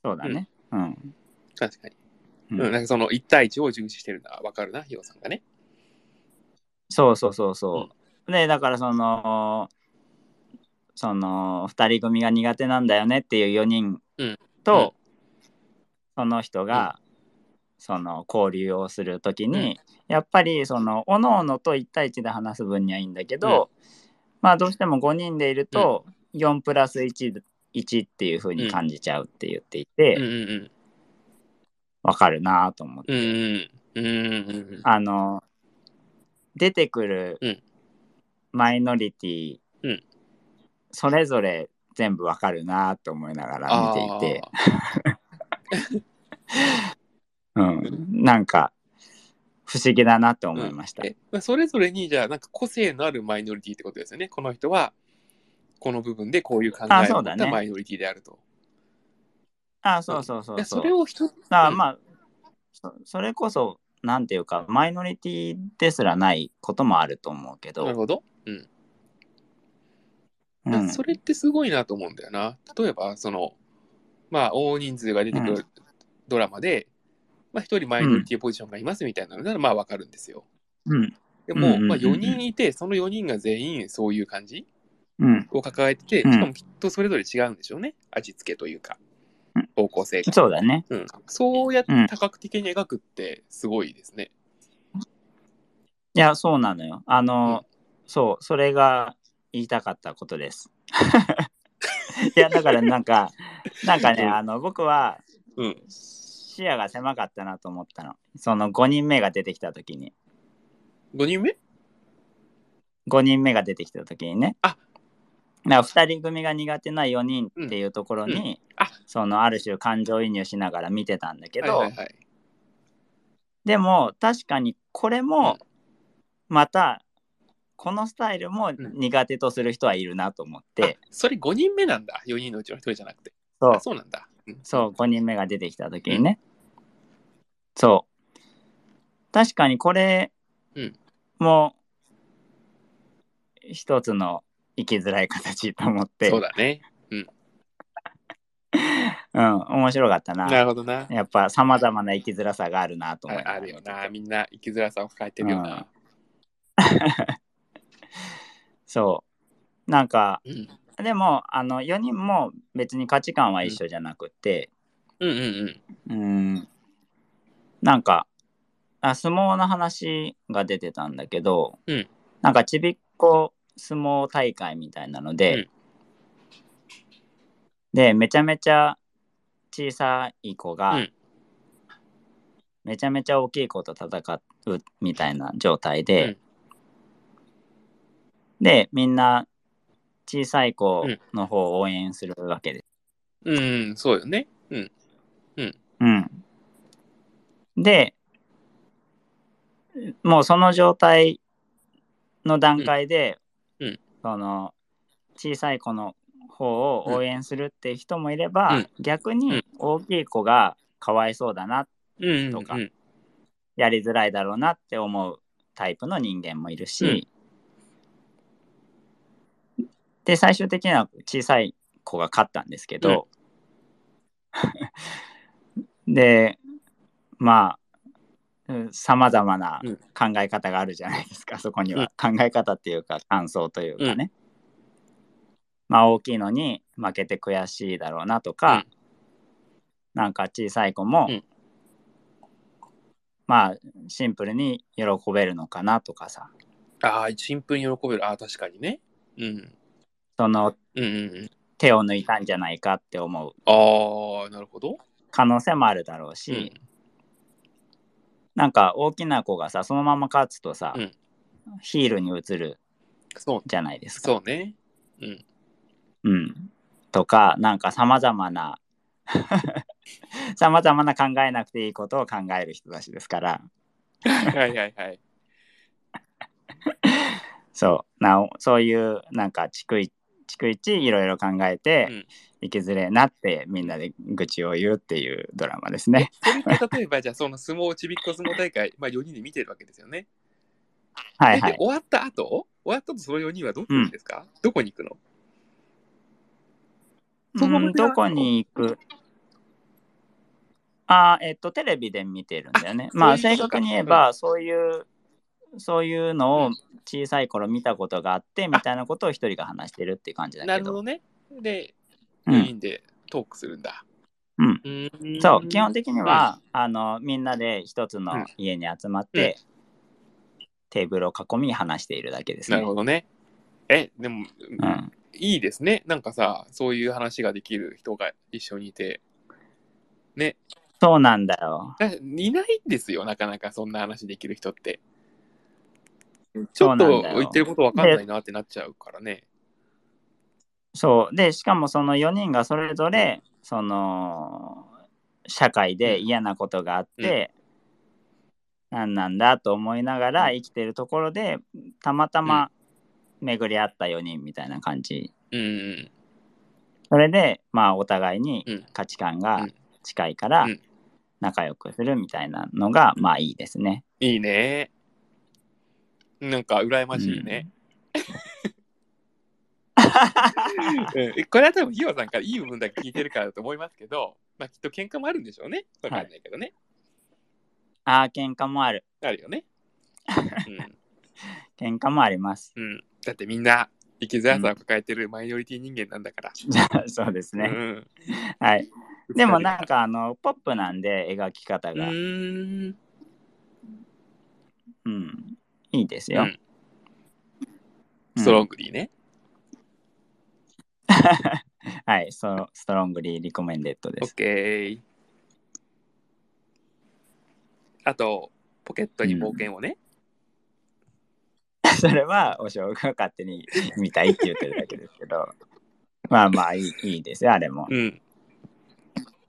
B: そうだねうん、
A: 確かに。
B: う
A: うん、なんかその1対1を重視してるのはわかるな、ヒロさんがね。
B: そうそうそうそう。ねだからそのその2人組が苦手なんだよねっていう4人
A: うん
B: と、その人が、その交流をする時に、やっぱりそのおのおのと1対1で話す分にはいいんだけど、まあどうしても5人でいると4プラス1。1っていう風に感じちゃうって言っていて、
A: うんうん
B: わかるなぁと思って、
A: うん。うんうん。うんうん
B: あの出てくる
A: うん
B: マイノリティ、
A: うん
B: それぞれ全部わかるなと思いながら見ていて、
A: あ
B: うん、なんか不思議だなと思いました。
A: ーえまあそれぞれにじゃあなんか個性のあるマイノリティってことですよね。この人はこの部分でこういう考
B: あ
A: え
B: そ
A: を
B: う
A: 持
B: だ
A: っ
B: ね
A: たマイノリティであると。
B: あそうそうそ
A: いや
B: うそう。
A: それを一つ。
B: だからまあ、そそれこそなんていうかマイノリティですらないこともあると思うけ
A: なる
B: ど、
A: ほど。うん。
B: うん、
A: それってすごいなと思うんだよな。例えば、その、まあ、大人数が出てく
B: う
A: るドラマで、まあ、一人マイノリティポジションがいますみたいなのなら、まあ、わかるんですよ。
B: うん
A: で
B: うんう
A: も、
B: んうんうん
A: まあ、4人いて、その4人が全員そういう感じ
B: うん、
A: を抱えてて、し
B: うん
A: かもきっとそれぞれ違うんでしょうね。味付けというか
B: うん、
A: 方向性が。
B: そうだね。
A: うん、そうやって
B: うん
A: 多角的に描くってすごいですね。
B: いや、そうなのよ。あの、そう、それが言いたかったことです。 (laughs) いや、だからなんか、なんかね、
A: うん
B: あの、僕は
A: うん。
B: 視野が狭かったなと思ったの。その5人目が出てきた時に、
A: 5人目
B: 5人目が出てきた時にね。
A: あ
B: な2人組が苦手な4人っていうところに、
A: うんあ
B: そのある種感情移入しながら見てたんだけど、
A: はいはいはい。
B: でも確かにこれもまたこのスタイルも苦手とする人はいるなと思って、
A: あそれ5人目なんだ。4人のうちの1人じゃなくて。
B: そう
A: あそうなんだ。うん
B: そう、5人目が出てきた時にね。そう。確かにこれ
A: うん
B: も一つの生きづらい形と思って、
A: そうだね。
B: うん、面白かったな。
A: なるほどな。
B: やっぱさまざまな生きづらさがあるなと思い
A: あ
B: ま
A: あ
B: す
A: るよな、みんな生きづらさを抱えてるよな。
B: そう。なんか、
A: うん、
B: でも、あの、4人も別に価値観は一緒じゃなくて、
A: うん、うんうん
B: うん、なんかあ相撲の話が出てたんだけど、
A: うん
B: なんかちびっこ相撲大会みたいなので、
A: うん
B: でめちゃめちゃ小さい子が、
A: うん
B: めちゃめちゃ大きい子と戦うみたいな状態で、でみんな小さい子の方を応援するわけです
A: うん、うん、そうよね。うん、
B: うん。で、もうその状態の段階で、
A: うんうん
B: その小さい子の方を応援するって人もいれば、
A: うん
B: 逆
A: う
B: に
A: ん
B: 大きい子がかわいそうだな、
A: うん、うん、
B: とか
A: うん、
B: やりづらいだろうなって思うタイプの人間もいるし、で、最終的には小さい子が勝ったんですけど、 (laughs) で、まあ、さまざまな考え方があるじゃないですか、そこには。考え方っていうか、感想というかね。まあ、大きいのに負けて悔しいだろうなとか、なんか小さい子も、
A: うん
B: まあ、シンプルに喜べるのかなとかさ、
A: ああ、シンプルに喜べる。ああ、確かにね。うん。
B: その
A: うんうんうん。
B: 手を抜いたんじゃないかって思う
A: ああ、なるほど。
B: 可能性もあるだろう
A: う
B: し、
A: ん。
B: なんか大きな子がさそのまま勝つとさ、
A: うん
B: ヒールに移る
A: そう、
B: じゃないですか。
A: そうね。うん。
B: うん、とかなんかさまざまな (laughs) さまざまな考えなくていいことを考える人たちですから
A: はいはい
B: (laughs)
A: はい。
B: そうなおそういうなんか逐一逐一いろいろ考え
A: う
B: て
A: ん
B: 生きづれえなってみんなで愚痴を言うっていうドラマですね。
A: それって例えば、じゃあその相撲、ちびっこ相撲大会、まあ4人で見てるわけですよね。
B: はいは
A: で
B: い。
A: 終わった後終わった後その4人はどうするんですか、どこに行くのそのま
B: う
A: ま
B: ん
A: では
B: どこに行くあーえっとテレビで見てるんだよね。まあ
A: そうい
B: 正
A: うことか
B: 確に言えばそういうそういうのを小さい頃見たことがあってみたいなことを一人が話してるっていう感じだ
A: な
B: け
A: るほ
B: ど
A: ど。ね。で、
B: う
A: 4
B: ん
A: 人でトークするんだ。
B: うん
A: うん
B: そう基本的には、あのみんなで一つの家に集まって、テーブルを囲み話しているだけですね。
A: なるほどね。え、でも、
B: うん、
A: いいですね。なんかさ、そういう話ができる人が一緒にいて。ね、
B: そうなんだよ。
A: だいないんですよ、なかなかそんな話できる人って。ち
B: そ
A: ょ
B: う
A: っ
B: なん
A: と
B: だよ
A: 言ってることわかんないなってなっちゃうからね。
B: そうでしかもその4人がそれぞれその社会で嫌なことがあって、なんなんだと思いながら
A: う
B: 生きてるところでたまたま巡り合った4人みたいな感じ
A: うん。
B: それでまあお互いに
A: うん
B: 価値観が近いから
A: うん
B: 仲良くするみたいなのがまあいいですね。
A: いいね。なんか、羨ましいね。うんこれは多分ひよさんからいい部分だけ聞いてるからだと思いますけど、まあ、きっと喧嘩もあるんでしょうね。わかんないけどね。
B: ああ喧嘩もある
A: あるよね、
B: 喧嘩もあります。 (laughs)
A: うん。うん。だってみんな生きづらさを抱えてるマイノリティ人間なんだから。
B: そうです
A: う
B: ね。
A: ん、
B: はい。でもなんかあのポップなんで描き方
A: う
B: が、
A: ーん。
B: うん、いいですよ。
A: うん
B: うん
A: ストロングリーね。
B: はいスト、ストロングリーリコメンデッドで
A: オッ
B: す。 (laughs)
A: ケー。あと、ポケットに冒険をね。
B: それは、お正月が勝手に見たいって言ってるだけですけど、 (laughs) まあまあいい、いいですよ、あれも。
A: うん。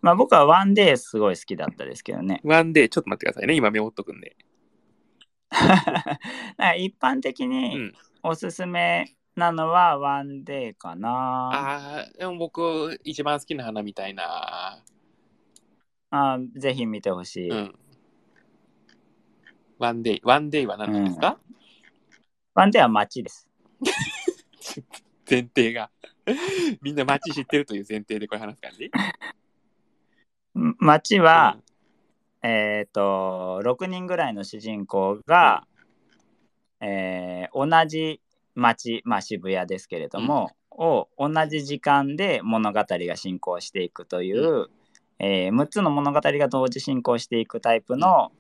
B: まあ僕はワンデーすごい好きだったですけどね。 (laughs)
A: ワンデー、ちょっと待ってくださいね。今メモっとくんで。
B: なんか一般的
A: う
B: に
A: ん。
B: おすすめなのはワンデーかな。
A: ああ、でも僕、一番好きな花みたいな。
B: あぜひ見てほしい、
A: うん。ワンデイ、ワンデイは何なんですか、
B: ワンデーは街です。
A: 前提が。 (laughs) みんな街知ってるという前提でこれ話す感じ
B: ん街は、えっ、と、6人ぐらいの主人公が、えー同じ町、まあ、渋谷ですけれども、を同じ時間で物語が進行していくという、え6つの物語が同時進行していくタイプの、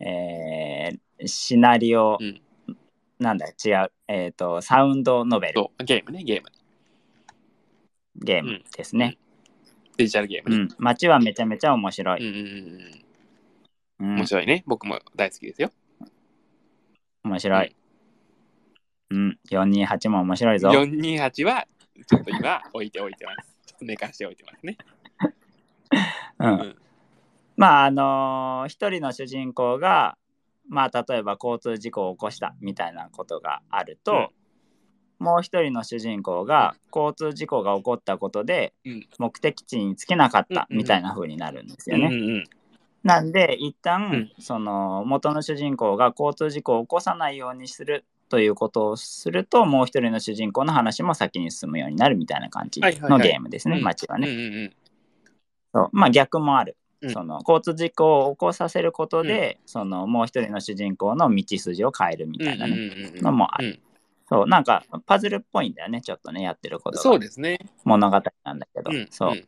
B: えーシナリオ、
A: うん
B: なんだ違う、えー、とサウンドノベ
A: うん
B: ル
A: そう、ゲームね、ゲーム。
B: ゲームですね。
A: デジタルゲー
B: う
A: ムね。
B: ん、街はめちゃめちゃ面白
A: うん
B: い。
A: うんうん
B: うん
A: うん、面白いね。僕も大好きですよ。
B: 面白い。うん、428も面白いぞ。
A: 428は、ちょっと今、置いておいてます。 (laughs) ちょっと寝かしておいてますね。
B: う
A: う
B: ん
A: ん
B: まああのー一人の主人公がまあ例えば交通事故を起こしたみたいなことがあると、もう一人の主人公が交通事故が起こったことで
A: うん
B: 目的地に着けなかった
A: うんうん
B: みたいな風になるんですよ
A: うん
B: ね。
A: うん
B: なんで一旦、
A: うん
B: その元の主人公が交通事故を起こさないようにするということをするともう一人の主人公の話も先に進むようになるみたいな感じ
A: はいはいは
B: の
A: い
B: ゲームですね、
A: うん
B: 街は
A: うんうんう
B: ね。
A: ん
B: そうまあ逆もある。
A: うん
B: その交通事故を起こさせることで、そのもう一人の主人公の道筋を変えるみたいなね、のもあ
A: る。
B: そうなんかパズルっぽいんだよねちょっとねやってることが
A: そうですね。
B: 物語なんだけど、
A: うん
B: そ
A: う
B: う、
A: ん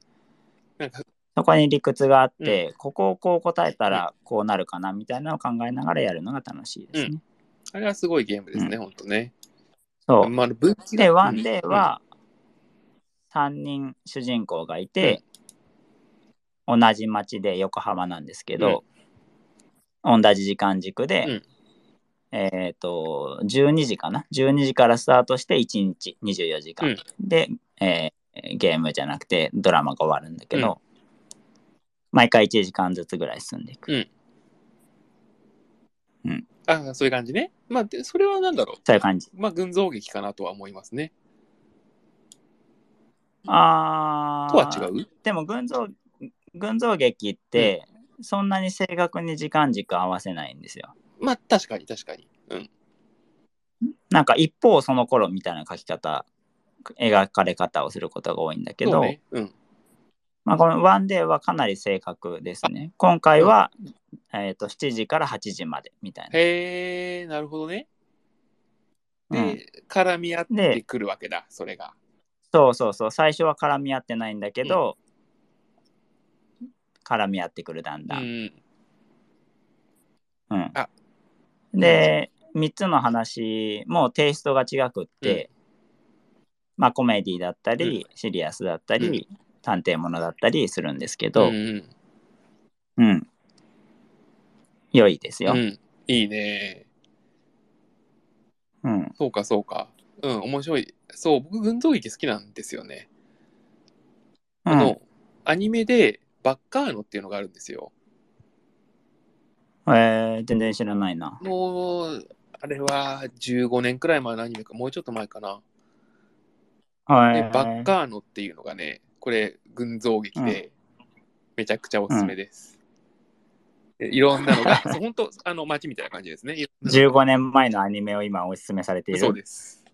A: なんか
B: そこに理屈があって、ここをこう答えたらこうなるかなみたいなのを考えながらやるのが楽しいですね、
A: あれはすごいゲームですね、本当ね。
B: そう、
A: まあ、分岐が
B: で、ワンデー、は3人主人公がいて、同じ町で横浜なんですけど、同じ時間軸で、えっ、と、12時かな ?12 時からスタートして1日24時間、で、えーゲームじゃなくてドラマが終わるんだけど、毎回1時間ずつぐらい進んでいく。
A: うんああ、そういう感じね。まあ、でそれはなんだろ
B: そういう感じ。
A: う。まあ、群像劇かなとは思いますね。
B: あー
A: とは違う
B: でも群像群像劇って、そんなに正確に時間軸合わせないんですよ。
A: まあ、確かに確かに。うん。
B: なんか一方その頃みたいな書き方描かれ方をすることが多いんだけ
A: そ
B: ど、
A: うね、うん。
B: まあ、この「ワンデー」はかなり正確ですね。今回は、えー、と7時から8時までみたいな。
A: へえ、なるほどね。で、
B: うん
A: 絡み合っ
B: で
A: てくるわけだ、それが。
B: そうそうそう最初は絡み合ってないんだけど、絡み合ってくるだん
A: う
B: だん。
A: ん。
B: うん
A: あ
B: で3つの話もテイストが違くって、まあコメディだったり、シリアスだったり、探偵ものだったりするんですけ
A: う
B: ど、うん
A: ん
B: 良いですよ、
A: う
B: うん
A: ん。いいね。そうか、そうか。うん、面白い。そう、僕、群像劇好きなんですよね。
B: う
A: あ
B: ん
A: の、アニメで、バッカーノっていうのがあるんですよ。
B: えー全然知らないな。
A: もう、あれは15年くらい前のアニメか、もうちょっと前かな。
B: は
A: で、
B: い、
A: バッカーノっていうのがね、これ、群像劇で、めちゃくちゃおすすめです。でいろんなの
B: (laughs)
A: が、そう本当、あの、街みたいな感じですね。いろんなの
B: 15年前のアニメを今おすすめされている。
A: そうです。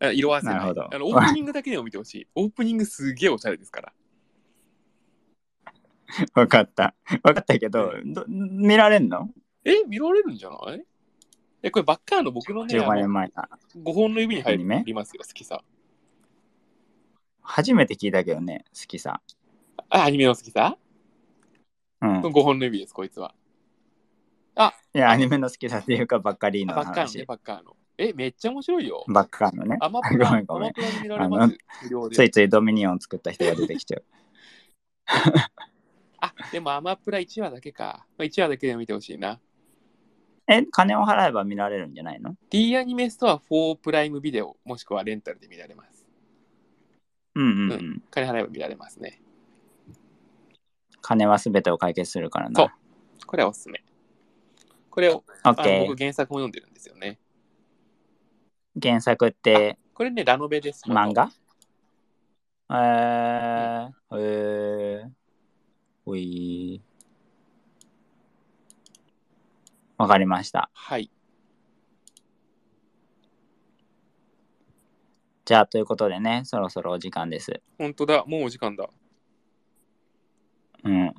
A: あ色あせない
B: なるほど
A: あのオープニングだけでも見てほしい。オープニングすげえおしゃれですから。
B: (laughs) 分かった。分かったけど、ど見られんの
A: え、見られるんじゃないえ、これバッカーノ僕のね、
B: ?15
A: あ
B: 年
A: の
B: 前の。
A: 5本の指に入
B: アニメ
A: りますよ、好きさ。
B: 初めて聞いたけどね、好きさ。
A: あ、アニメの好きさ
B: うん
A: の。5本の指です、こいつは。
B: いや、アニメの好きさっていうか、ばっかりの
A: あバッカーノね、
B: 話。
A: バッカーノ。え、めっちゃ面白いよ。
B: ばっかのね。
A: アマプラ、
B: ご
A: ア
B: めんごめん
A: マプラで見られます。無料
B: つ
A: で。
B: いついドミニオン作った人が出てきちゃう。 (laughs)
A: あ、でもアマプラ1話だけか。まあ1話だけでも見てほしいな。
B: え、金を払えば見られるんじゃないの
A: D アニメストア4プライムビデオ、もしくはレンタルで見られます。
B: うんうんう。
A: うん金払えば見られますね。
B: 金は全てを解決するから
A: そう
B: な。
A: これはおすすめ。これを、
B: オ
A: あ
B: ッケ
A: の僕
B: ー。
A: 原作も読んでるんですよね。
B: 原作って
A: これね、ラノベです。
B: 漫画えー、えー、ういわかりました。
A: はい。
B: じゃあ、ということでね、そろそろお時間です。
A: 本当だ、もうお時間だ。
B: うん。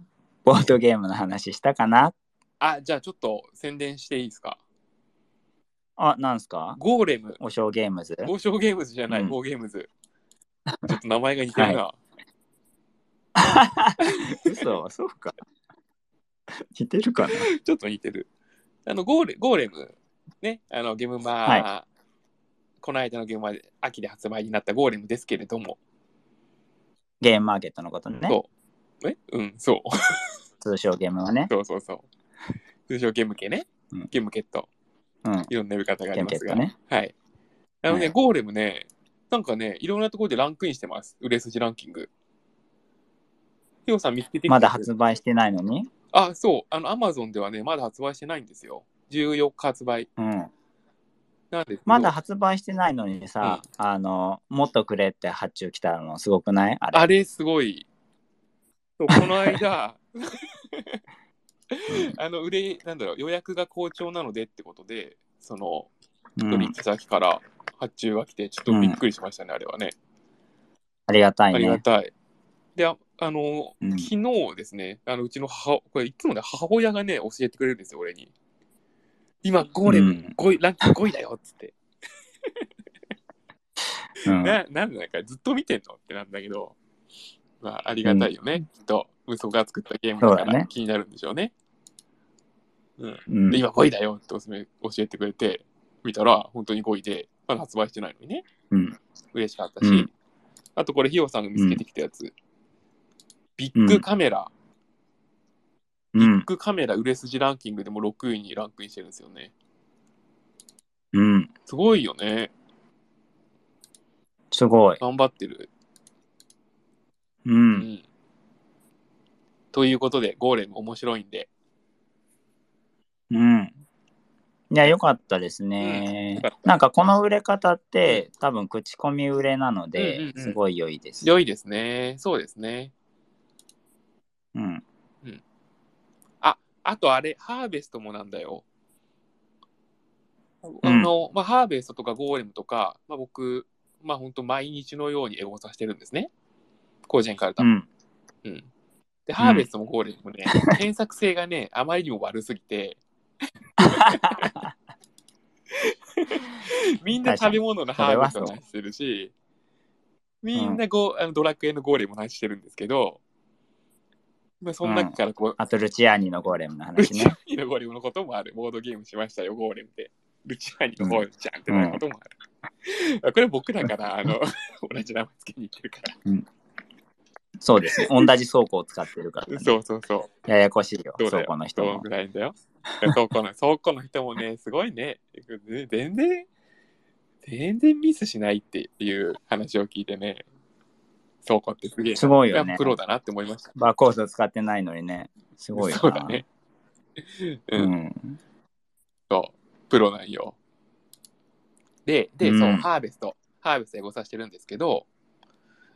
B: ボードゲームの話したかな
A: あ、じゃあちょっと宣伝していいですか。
B: あ、なんすか
A: ゴーレム、
B: お正ゲームズ
A: ゴーショーゲームズじゃない、
B: うん
A: ゴーゲーム
B: (laughs)
A: ズ。ちょっと名前が似てるな。
B: 嘘、そうか。 (laughs) 似てるかな
A: ちょっと似てる。あの、ゴーレゴーレム、ね、あの、ゲームマー、
B: は
A: この間のゲームマーで、秋で発売になったゴーレムですけれども、
B: ゲームマーケットのことね。
A: そう。えうん、そう。 (laughs)
B: 通称ゲームはね。
A: そうそうそう。通称ゲーム系ね
B: うん。
A: ゲームケット。
B: うん。
A: いろんな呼び方があります
B: ゲ
A: が。
B: ームケッ
A: はい。あのね、
B: はい
A: ゴーレムね、なんかね、いろんなところでランクインしてます。売れ筋ランキング。ヒヨさん見つけてきて
B: まだ発売してないのに。
A: あ、そう。あの、アマゾンではね、まだ発売してないんですよ。14日発売。
B: うん。
A: なんですけど
B: まだ発売してないのにさ、あの、もっとくれって発注来たのすごくないあれ。
A: あれすごい。そうこの
B: (laughs)
A: 間、あの売れ、なんだろう、予約が好調なのでってことで、その、
B: うんう
A: 取
B: ん
A: 引先から発注が来て、ちょっとびっくりしましたね、あれはね。
B: ありがたい
A: ありが
B: ね。
A: たい。で、ああの、
B: うん
A: 昨日ですね、あのうちの母、これいつもね、母親がね、教えてくれるんですよ、俺に。今、ゴーレ
B: う
A: ム、
B: ん
A: 五位ランキング5位だよっつって。
B: うん
A: ななんでなんかずっと見てんのってなんだけど、まあ、ありがたいよね、きっと息子が作ったゲームだか
B: そうだ
A: ら
B: ね
A: 気になるんでしょうね。うん
B: うん
A: で今5位だよっておすすめ教えてくれて見たら本当に5位でまだ発売してないのにね
B: うん
A: 嬉しかったし、
B: うん
A: あとこれひよさんが見つけてきたやつ、ビッグカメラ、
B: うん
A: ビッグカメラ売れ筋ランキングでも6位にランクインしてるんですよね
B: うん
A: すごいよね
B: すごい。
A: 頑張ってる、
B: う
A: うん
B: ん。
A: ということでゴーレム面白いんで、
B: うん。いや、よかったです
A: うんよ
B: ね
A: かっ。た
B: なんかこの売れ方って、多分口コミ売れなの
A: うんうん
B: で、
A: うん
B: すごい良いです。
A: 良いですねそうですね
B: うん。
A: あとあれ、ハーベストもなんだよ。あの、まあ、ハーベストとかゴーレムとか、まあ、僕、まあ、本当毎日のようにエゴサしてるんですね。コージェンカルタ。
B: う
A: うん。
B: ん。
A: で、ハーベストもゴーレムもね、 (laughs) 検索性がね、あまりにも悪すぎ (laughs) て、みんな食べ物のハーベストの話してるし、みんなご、あのドラクエのゴーレムの話してるんですけど、まあ、その中からこう、
B: あと、ルチアーニのゴーレムの
A: ル
B: 話
A: チ
B: ね
A: ア。ーニのゴーレムのこともある。ボードゲームしましたよ、ゴーレムで。ルチアーニのゴーレムちゃんってなることもある。これ僕だから、あの、 (laughs) 同じ名前つけに行ってるか
B: そうです
A: (laughs)
B: ね。同じ倉庫を使ってるからね、
A: ら。そうそうそ
B: ややこしいよ
A: う。ど、うだ
B: 倉
A: よ
B: 庫の人
A: どう
B: も。
A: ぐらいだよ。倉庫の、倉庫の人もね、すごいね。全然、全然ミスしないっていう話を聞いてね、倉庫ってすげえな。
B: すごいよね
A: やプロだなって思いました。
B: バーコード使ってないのにね。すごいよな。
A: そうだね。
B: う
A: うん
B: ん。
A: そう、プロなんよ。で、で、
B: うん
A: そう、ハーベスト、ハーベストでごさしてるんですけど、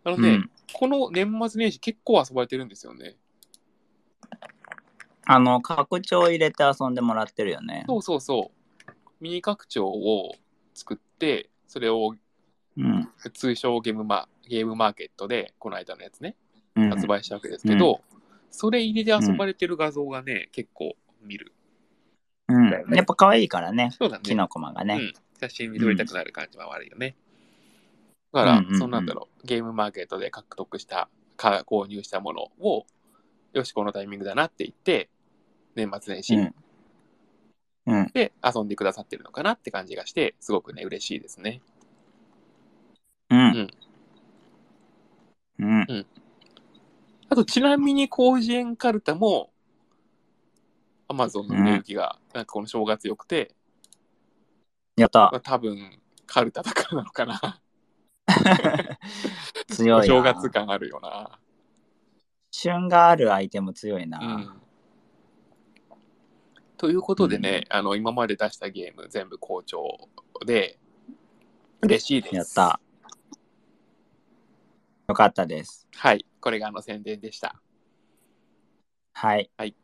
A: あのね、
B: うん
A: この年末年始結構遊ばれてるんですよね。
B: あの、拡張入れて遊んでもらってるよね。
A: そうそうそう。ミニ拡張を作って、それを
B: うん。
A: 通称ゲームマゲームマーケットで、この間のやつね、
B: うん。
A: 発売したわけですけど、それ入りで遊ばれてる画像がね、結構見る。
B: うん。やっぱ可愛いからね。
A: そうだね。
B: キノコマが
A: う
B: ね。
A: ん、写真に撮りたくなる感じは悪いよね。だから、
B: うんうんうん
A: そんなんだろう、ゲームマーケットで獲得した、か購入したものを、よし、このタイミングだなって言って、年末年
B: う
A: 始
B: ん。うん。
A: で遊んでくださってるのかなって感じがして、すごくね、嬉しいですね。
B: うん。うん。
A: あと、ちなみに、広辞苑カルタも、アマゾンの売れ行きが、なんかこの正月良くて、
B: やっ
A: ま
B: た。
A: あ、多分、カルタだからなのかな。
B: 強いな。
A: 正月感あるよな。
B: 旬があるアイテム強いうな。
A: んということでね、あの今まで出したゲーム全部好調で嬉しいです。
B: やった。よかったです。
A: はい、これがあの宣伝でした。
B: はい。
A: はい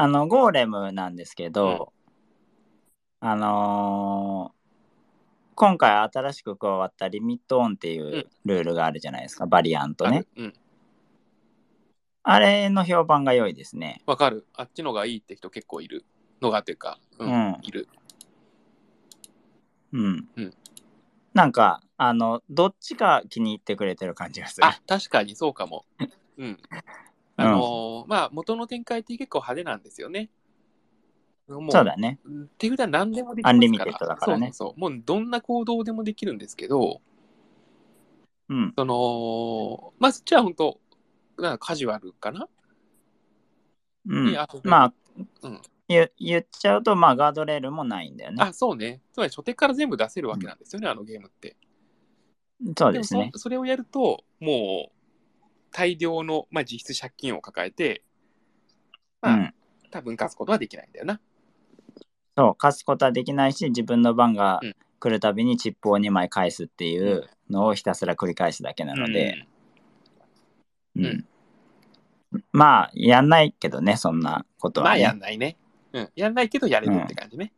B: あの、ゴーレムなんですけど、あのー今回新しく加わったリミットオンってい
A: ん
B: うルールがあるじゃないですか、バリアント
A: あ
B: ね
A: る。うん、
B: あれの評判が良いですね。
A: わかる。あっちのがいいって人結構いるのがというか、う、
B: うんん。
A: いる。
B: うん。
A: うん
B: なんか、あの、どっちか気に入ってくれてる感じがする。
A: あ、確かにそうか
B: (laughs)
A: も。うん。あのーまあ元の展開って結構派手なんですよね。も
B: そうだね。
A: 手札何でもできますから。
B: アンリミテッドだからね
A: そうそうそう。もうどんな行動でもできるんですけど、
B: うん。
A: その、まあ、そっちは本当なんかカジュアルかな、
B: う
A: に遊べ
B: ん。
A: る
B: まあ、
A: うん
B: ゆ言っちゃうと、まあ、ガードレールもないんだよね。
A: あ、そうね。つまり初手から全部出せるわけなんですよね、あのゲームって。
B: そう
A: で
B: で
A: も
B: す
A: そ
B: ね。
A: それをやると、もう、大量の、まあ、実質借金を抱えて、
B: う
A: まあ、
B: ん。
A: 多分勝つことはできないんだよな。
B: そう、貸すことはできないし、自分の番が
A: うん
B: 来るたびにチップを2枚返すっていううのをひたすら繰り返すだけなので、
A: ん
B: うん。まあ、やんないけどね、そんなこと
A: うん、ま
B: は
A: あ、
B: ね。
A: やんないね。うん。やんないけどやれるって感じね。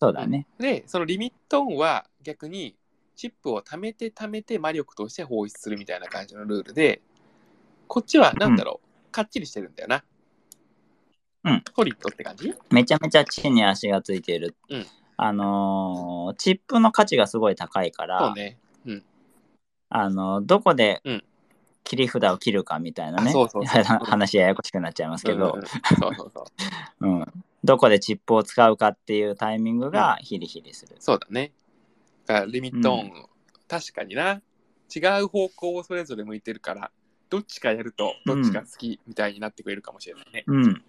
B: そうだね。
A: で、そのリミットオンは逆に、チップを貯めて貯めて魔力として放出するみたいな感じのルールで、こっちはなんだろう、かっちりしてるんだよな。
B: うん。
A: ホリットって感じ
B: めちゃめちゃ地に足がついている。
A: うん
B: あのーチップの価値がすごい高いから、
A: そうね。
B: あのどこで
A: うん
B: 切り札を切るかみたいなね、
A: あそうそうそう
B: (laughs) 話ややこしくなっちゃいますけ
A: うん
B: ど、
A: うんそうそうそう。
B: うんどこでチップを使うかっていうタイミングがヒリヒリする。
A: そうだね。だからリミットオン、確かにな。違う方向をそれぞれ向いてるから、どっちかやると、どっちが好きみたいになってくれるかもしれないね。
B: うん、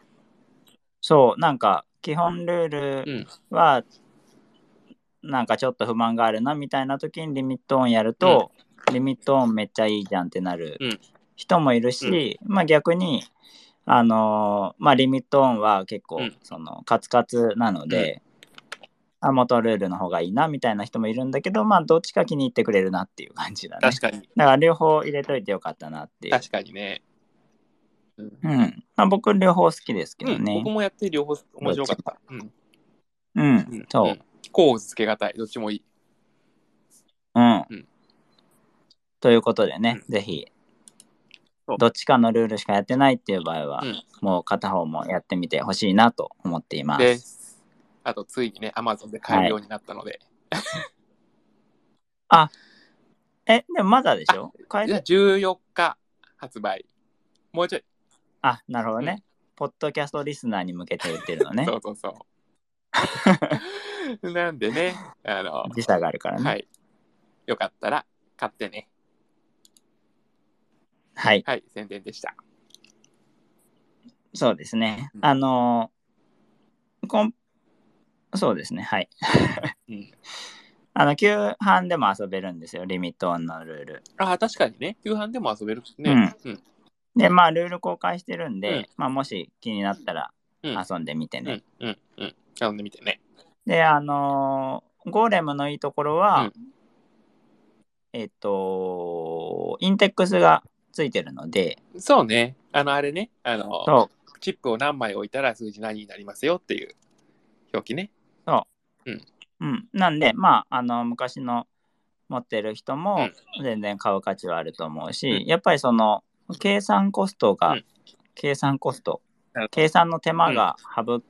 B: そうなんか基本ルー
A: う
B: ル
A: ん。
B: はなんかちょっと不満があるなみたいな時にリミットオンやると、リミットオンめっちゃいいじゃんってなる
A: うん
B: 人もいるし、まあ逆にあのーまあリミットオンは結構
A: うん
B: そのカツカツなので、あ元ルールの方がいいなみたいな人もいるんだけどまあどっちか気に入ってくれるなっていう感じだね
A: 確かに、
B: だから両方入れといてよかったなっていう、
A: 確かにね。うん。
B: うんまあ、僕両方好きですけ
A: う
B: ど
A: ん、
B: ね
A: 僕もやって両方面白かった。うん。
B: うん、
A: うん
B: そう、
A: ん甲をつけがたい。どっちもいい。
B: うん
A: うん
B: ということでね、ぜひ
A: そう
B: どっちかのルールしかやってないっていう場合は、
A: うん
B: もう片方もやってみてほしいなと思っています。
A: です。あと、ついにね、アマゾンで買えるようになったので。
B: え、でもまだでしょ変え
A: じゃあ
B: て
A: 14日発売。もうちょい。
B: あ、なるほどね、ポッドキャストリスナーに向けて言ってるの
A: (laughs)
B: ね
A: そ。うそう
B: (laughs)
A: そう。なんでね、あの、
B: 時差があるからね。
A: は
B: はい。
A: い。よかったら買ってね。はい、宣伝でした。
B: そうですね。
A: うん
B: あのーこん、そうですね。はい。
A: うん、
B: (laughs) あの、旧版でも遊べるんですよ。リミットオンのルール。
A: ああ、確かにね、夕飯でも遊べるしね。うん。
B: で、まあ、ルール公開してるんで、
A: うん
B: まあ、もし気になったら
A: うん。
B: 遊んでみて
A: う
B: ね。
A: ん。うん。うん。頼んでみてね。
B: で、あのーゴーレムのいいところ
A: う
B: は、
A: ん
B: えっと、インテックスがついてるので、
A: そうね。あの、あれね。あの、
B: そう、
A: チップを何枚置いたら数字何になりますよっていう表記ね。
B: うん、なんで、まあ、あの昔の持ってる人も全然買う価値はあると思うし、
A: うん
B: やっぱりその計算コストが、
A: うん
B: 計算コスト
A: なるほど
B: 計算の手間が省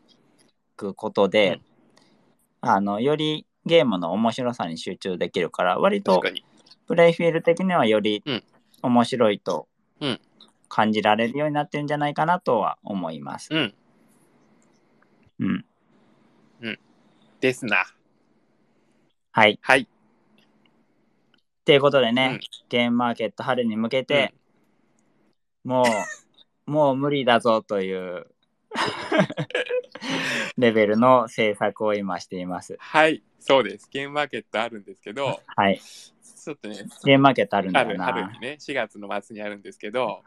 B: くことで、あのよりゲームの面白さに集中できるから割と
A: 確かに。
B: プレイフィール的にはより
A: うん
B: 面白いと
A: うん
B: 感じられるようになってるんじゃないかなとは思います。
A: うん。
B: うん、
A: ですな。
B: はい
A: はい。
B: ということでね、
A: うん
B: ゲームマーケット春に向けて、もう、もう無理だぞという (laughs) レベルの制作を今しています。
A: はい、そうです。ゲームマーケットあるんですけど、
B: はい。
A: ちょっとね、
B: ゲームマーケットあるんだよ
A: 春
B: な。
A: 春に
B: 春
A: ね、4月の末にあるんですけど、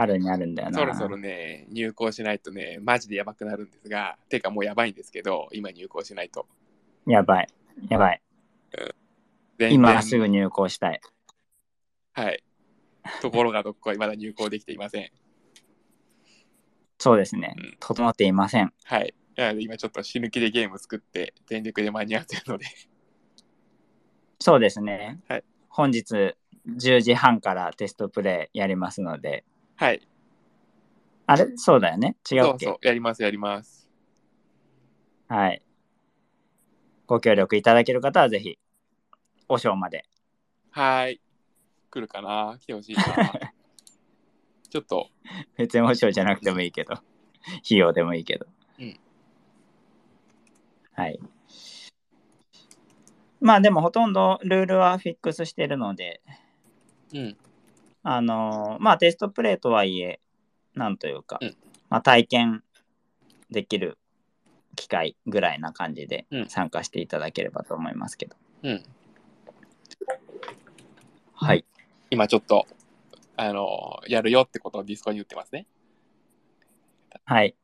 B: にあるんだよな。
A: そろそろね、入校しないとね、マジでやばくなるんですが、てかもうやばいんですけど、今入校しないと。
B: やばい。やばい。
A: 全然
B: 今すぐ入校したい。
A: はい。ところがどっこい、まだ入校できていません。
B: そうですね
A: うん。
B: 整っていません。
A: はい。なので今ちょっと死ぬ気でゲーム作って、全力で間に合ってるので、
B: そうですね。
A: はい
B: 本日10時半からテストプレイやりますので。
A: はい。
B: あれそうだよね。違
A: そう
B: っ
A: う
B: け
A: そう、やります、やります。
B: はい。ご協力いただける方はぜひ、お賞まで。
A: はい。来るかな来てほしい (laughs) な。ちょっと、
B: 別に保証じゃなくてもいいけど、費用でもいいけど。
A: うん
B: はい。まあでもほとんどルールはフィックスしてるので、
A: うん、
B: あのーまあテストプレイとはいえ、なんというか、
A: うん
B: まあ体験できる機会ぐらいな感じで
A: うん
B: 参加していただければと思いますけど。
A: うん。
B: はい。
A: 今ちょっと、あのやるよってことをディスコに打ってますね。
B: はい。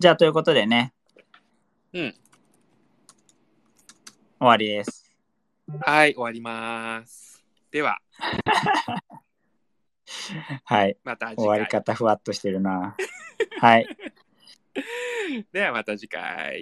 B: じゃあということでね、
A: うん。
B: 終わりです。
A: はい、終わります。では、
B: はい。
A: また次回。
B: 終わり方ふわっとしてるな。はい。
A: では、また次回。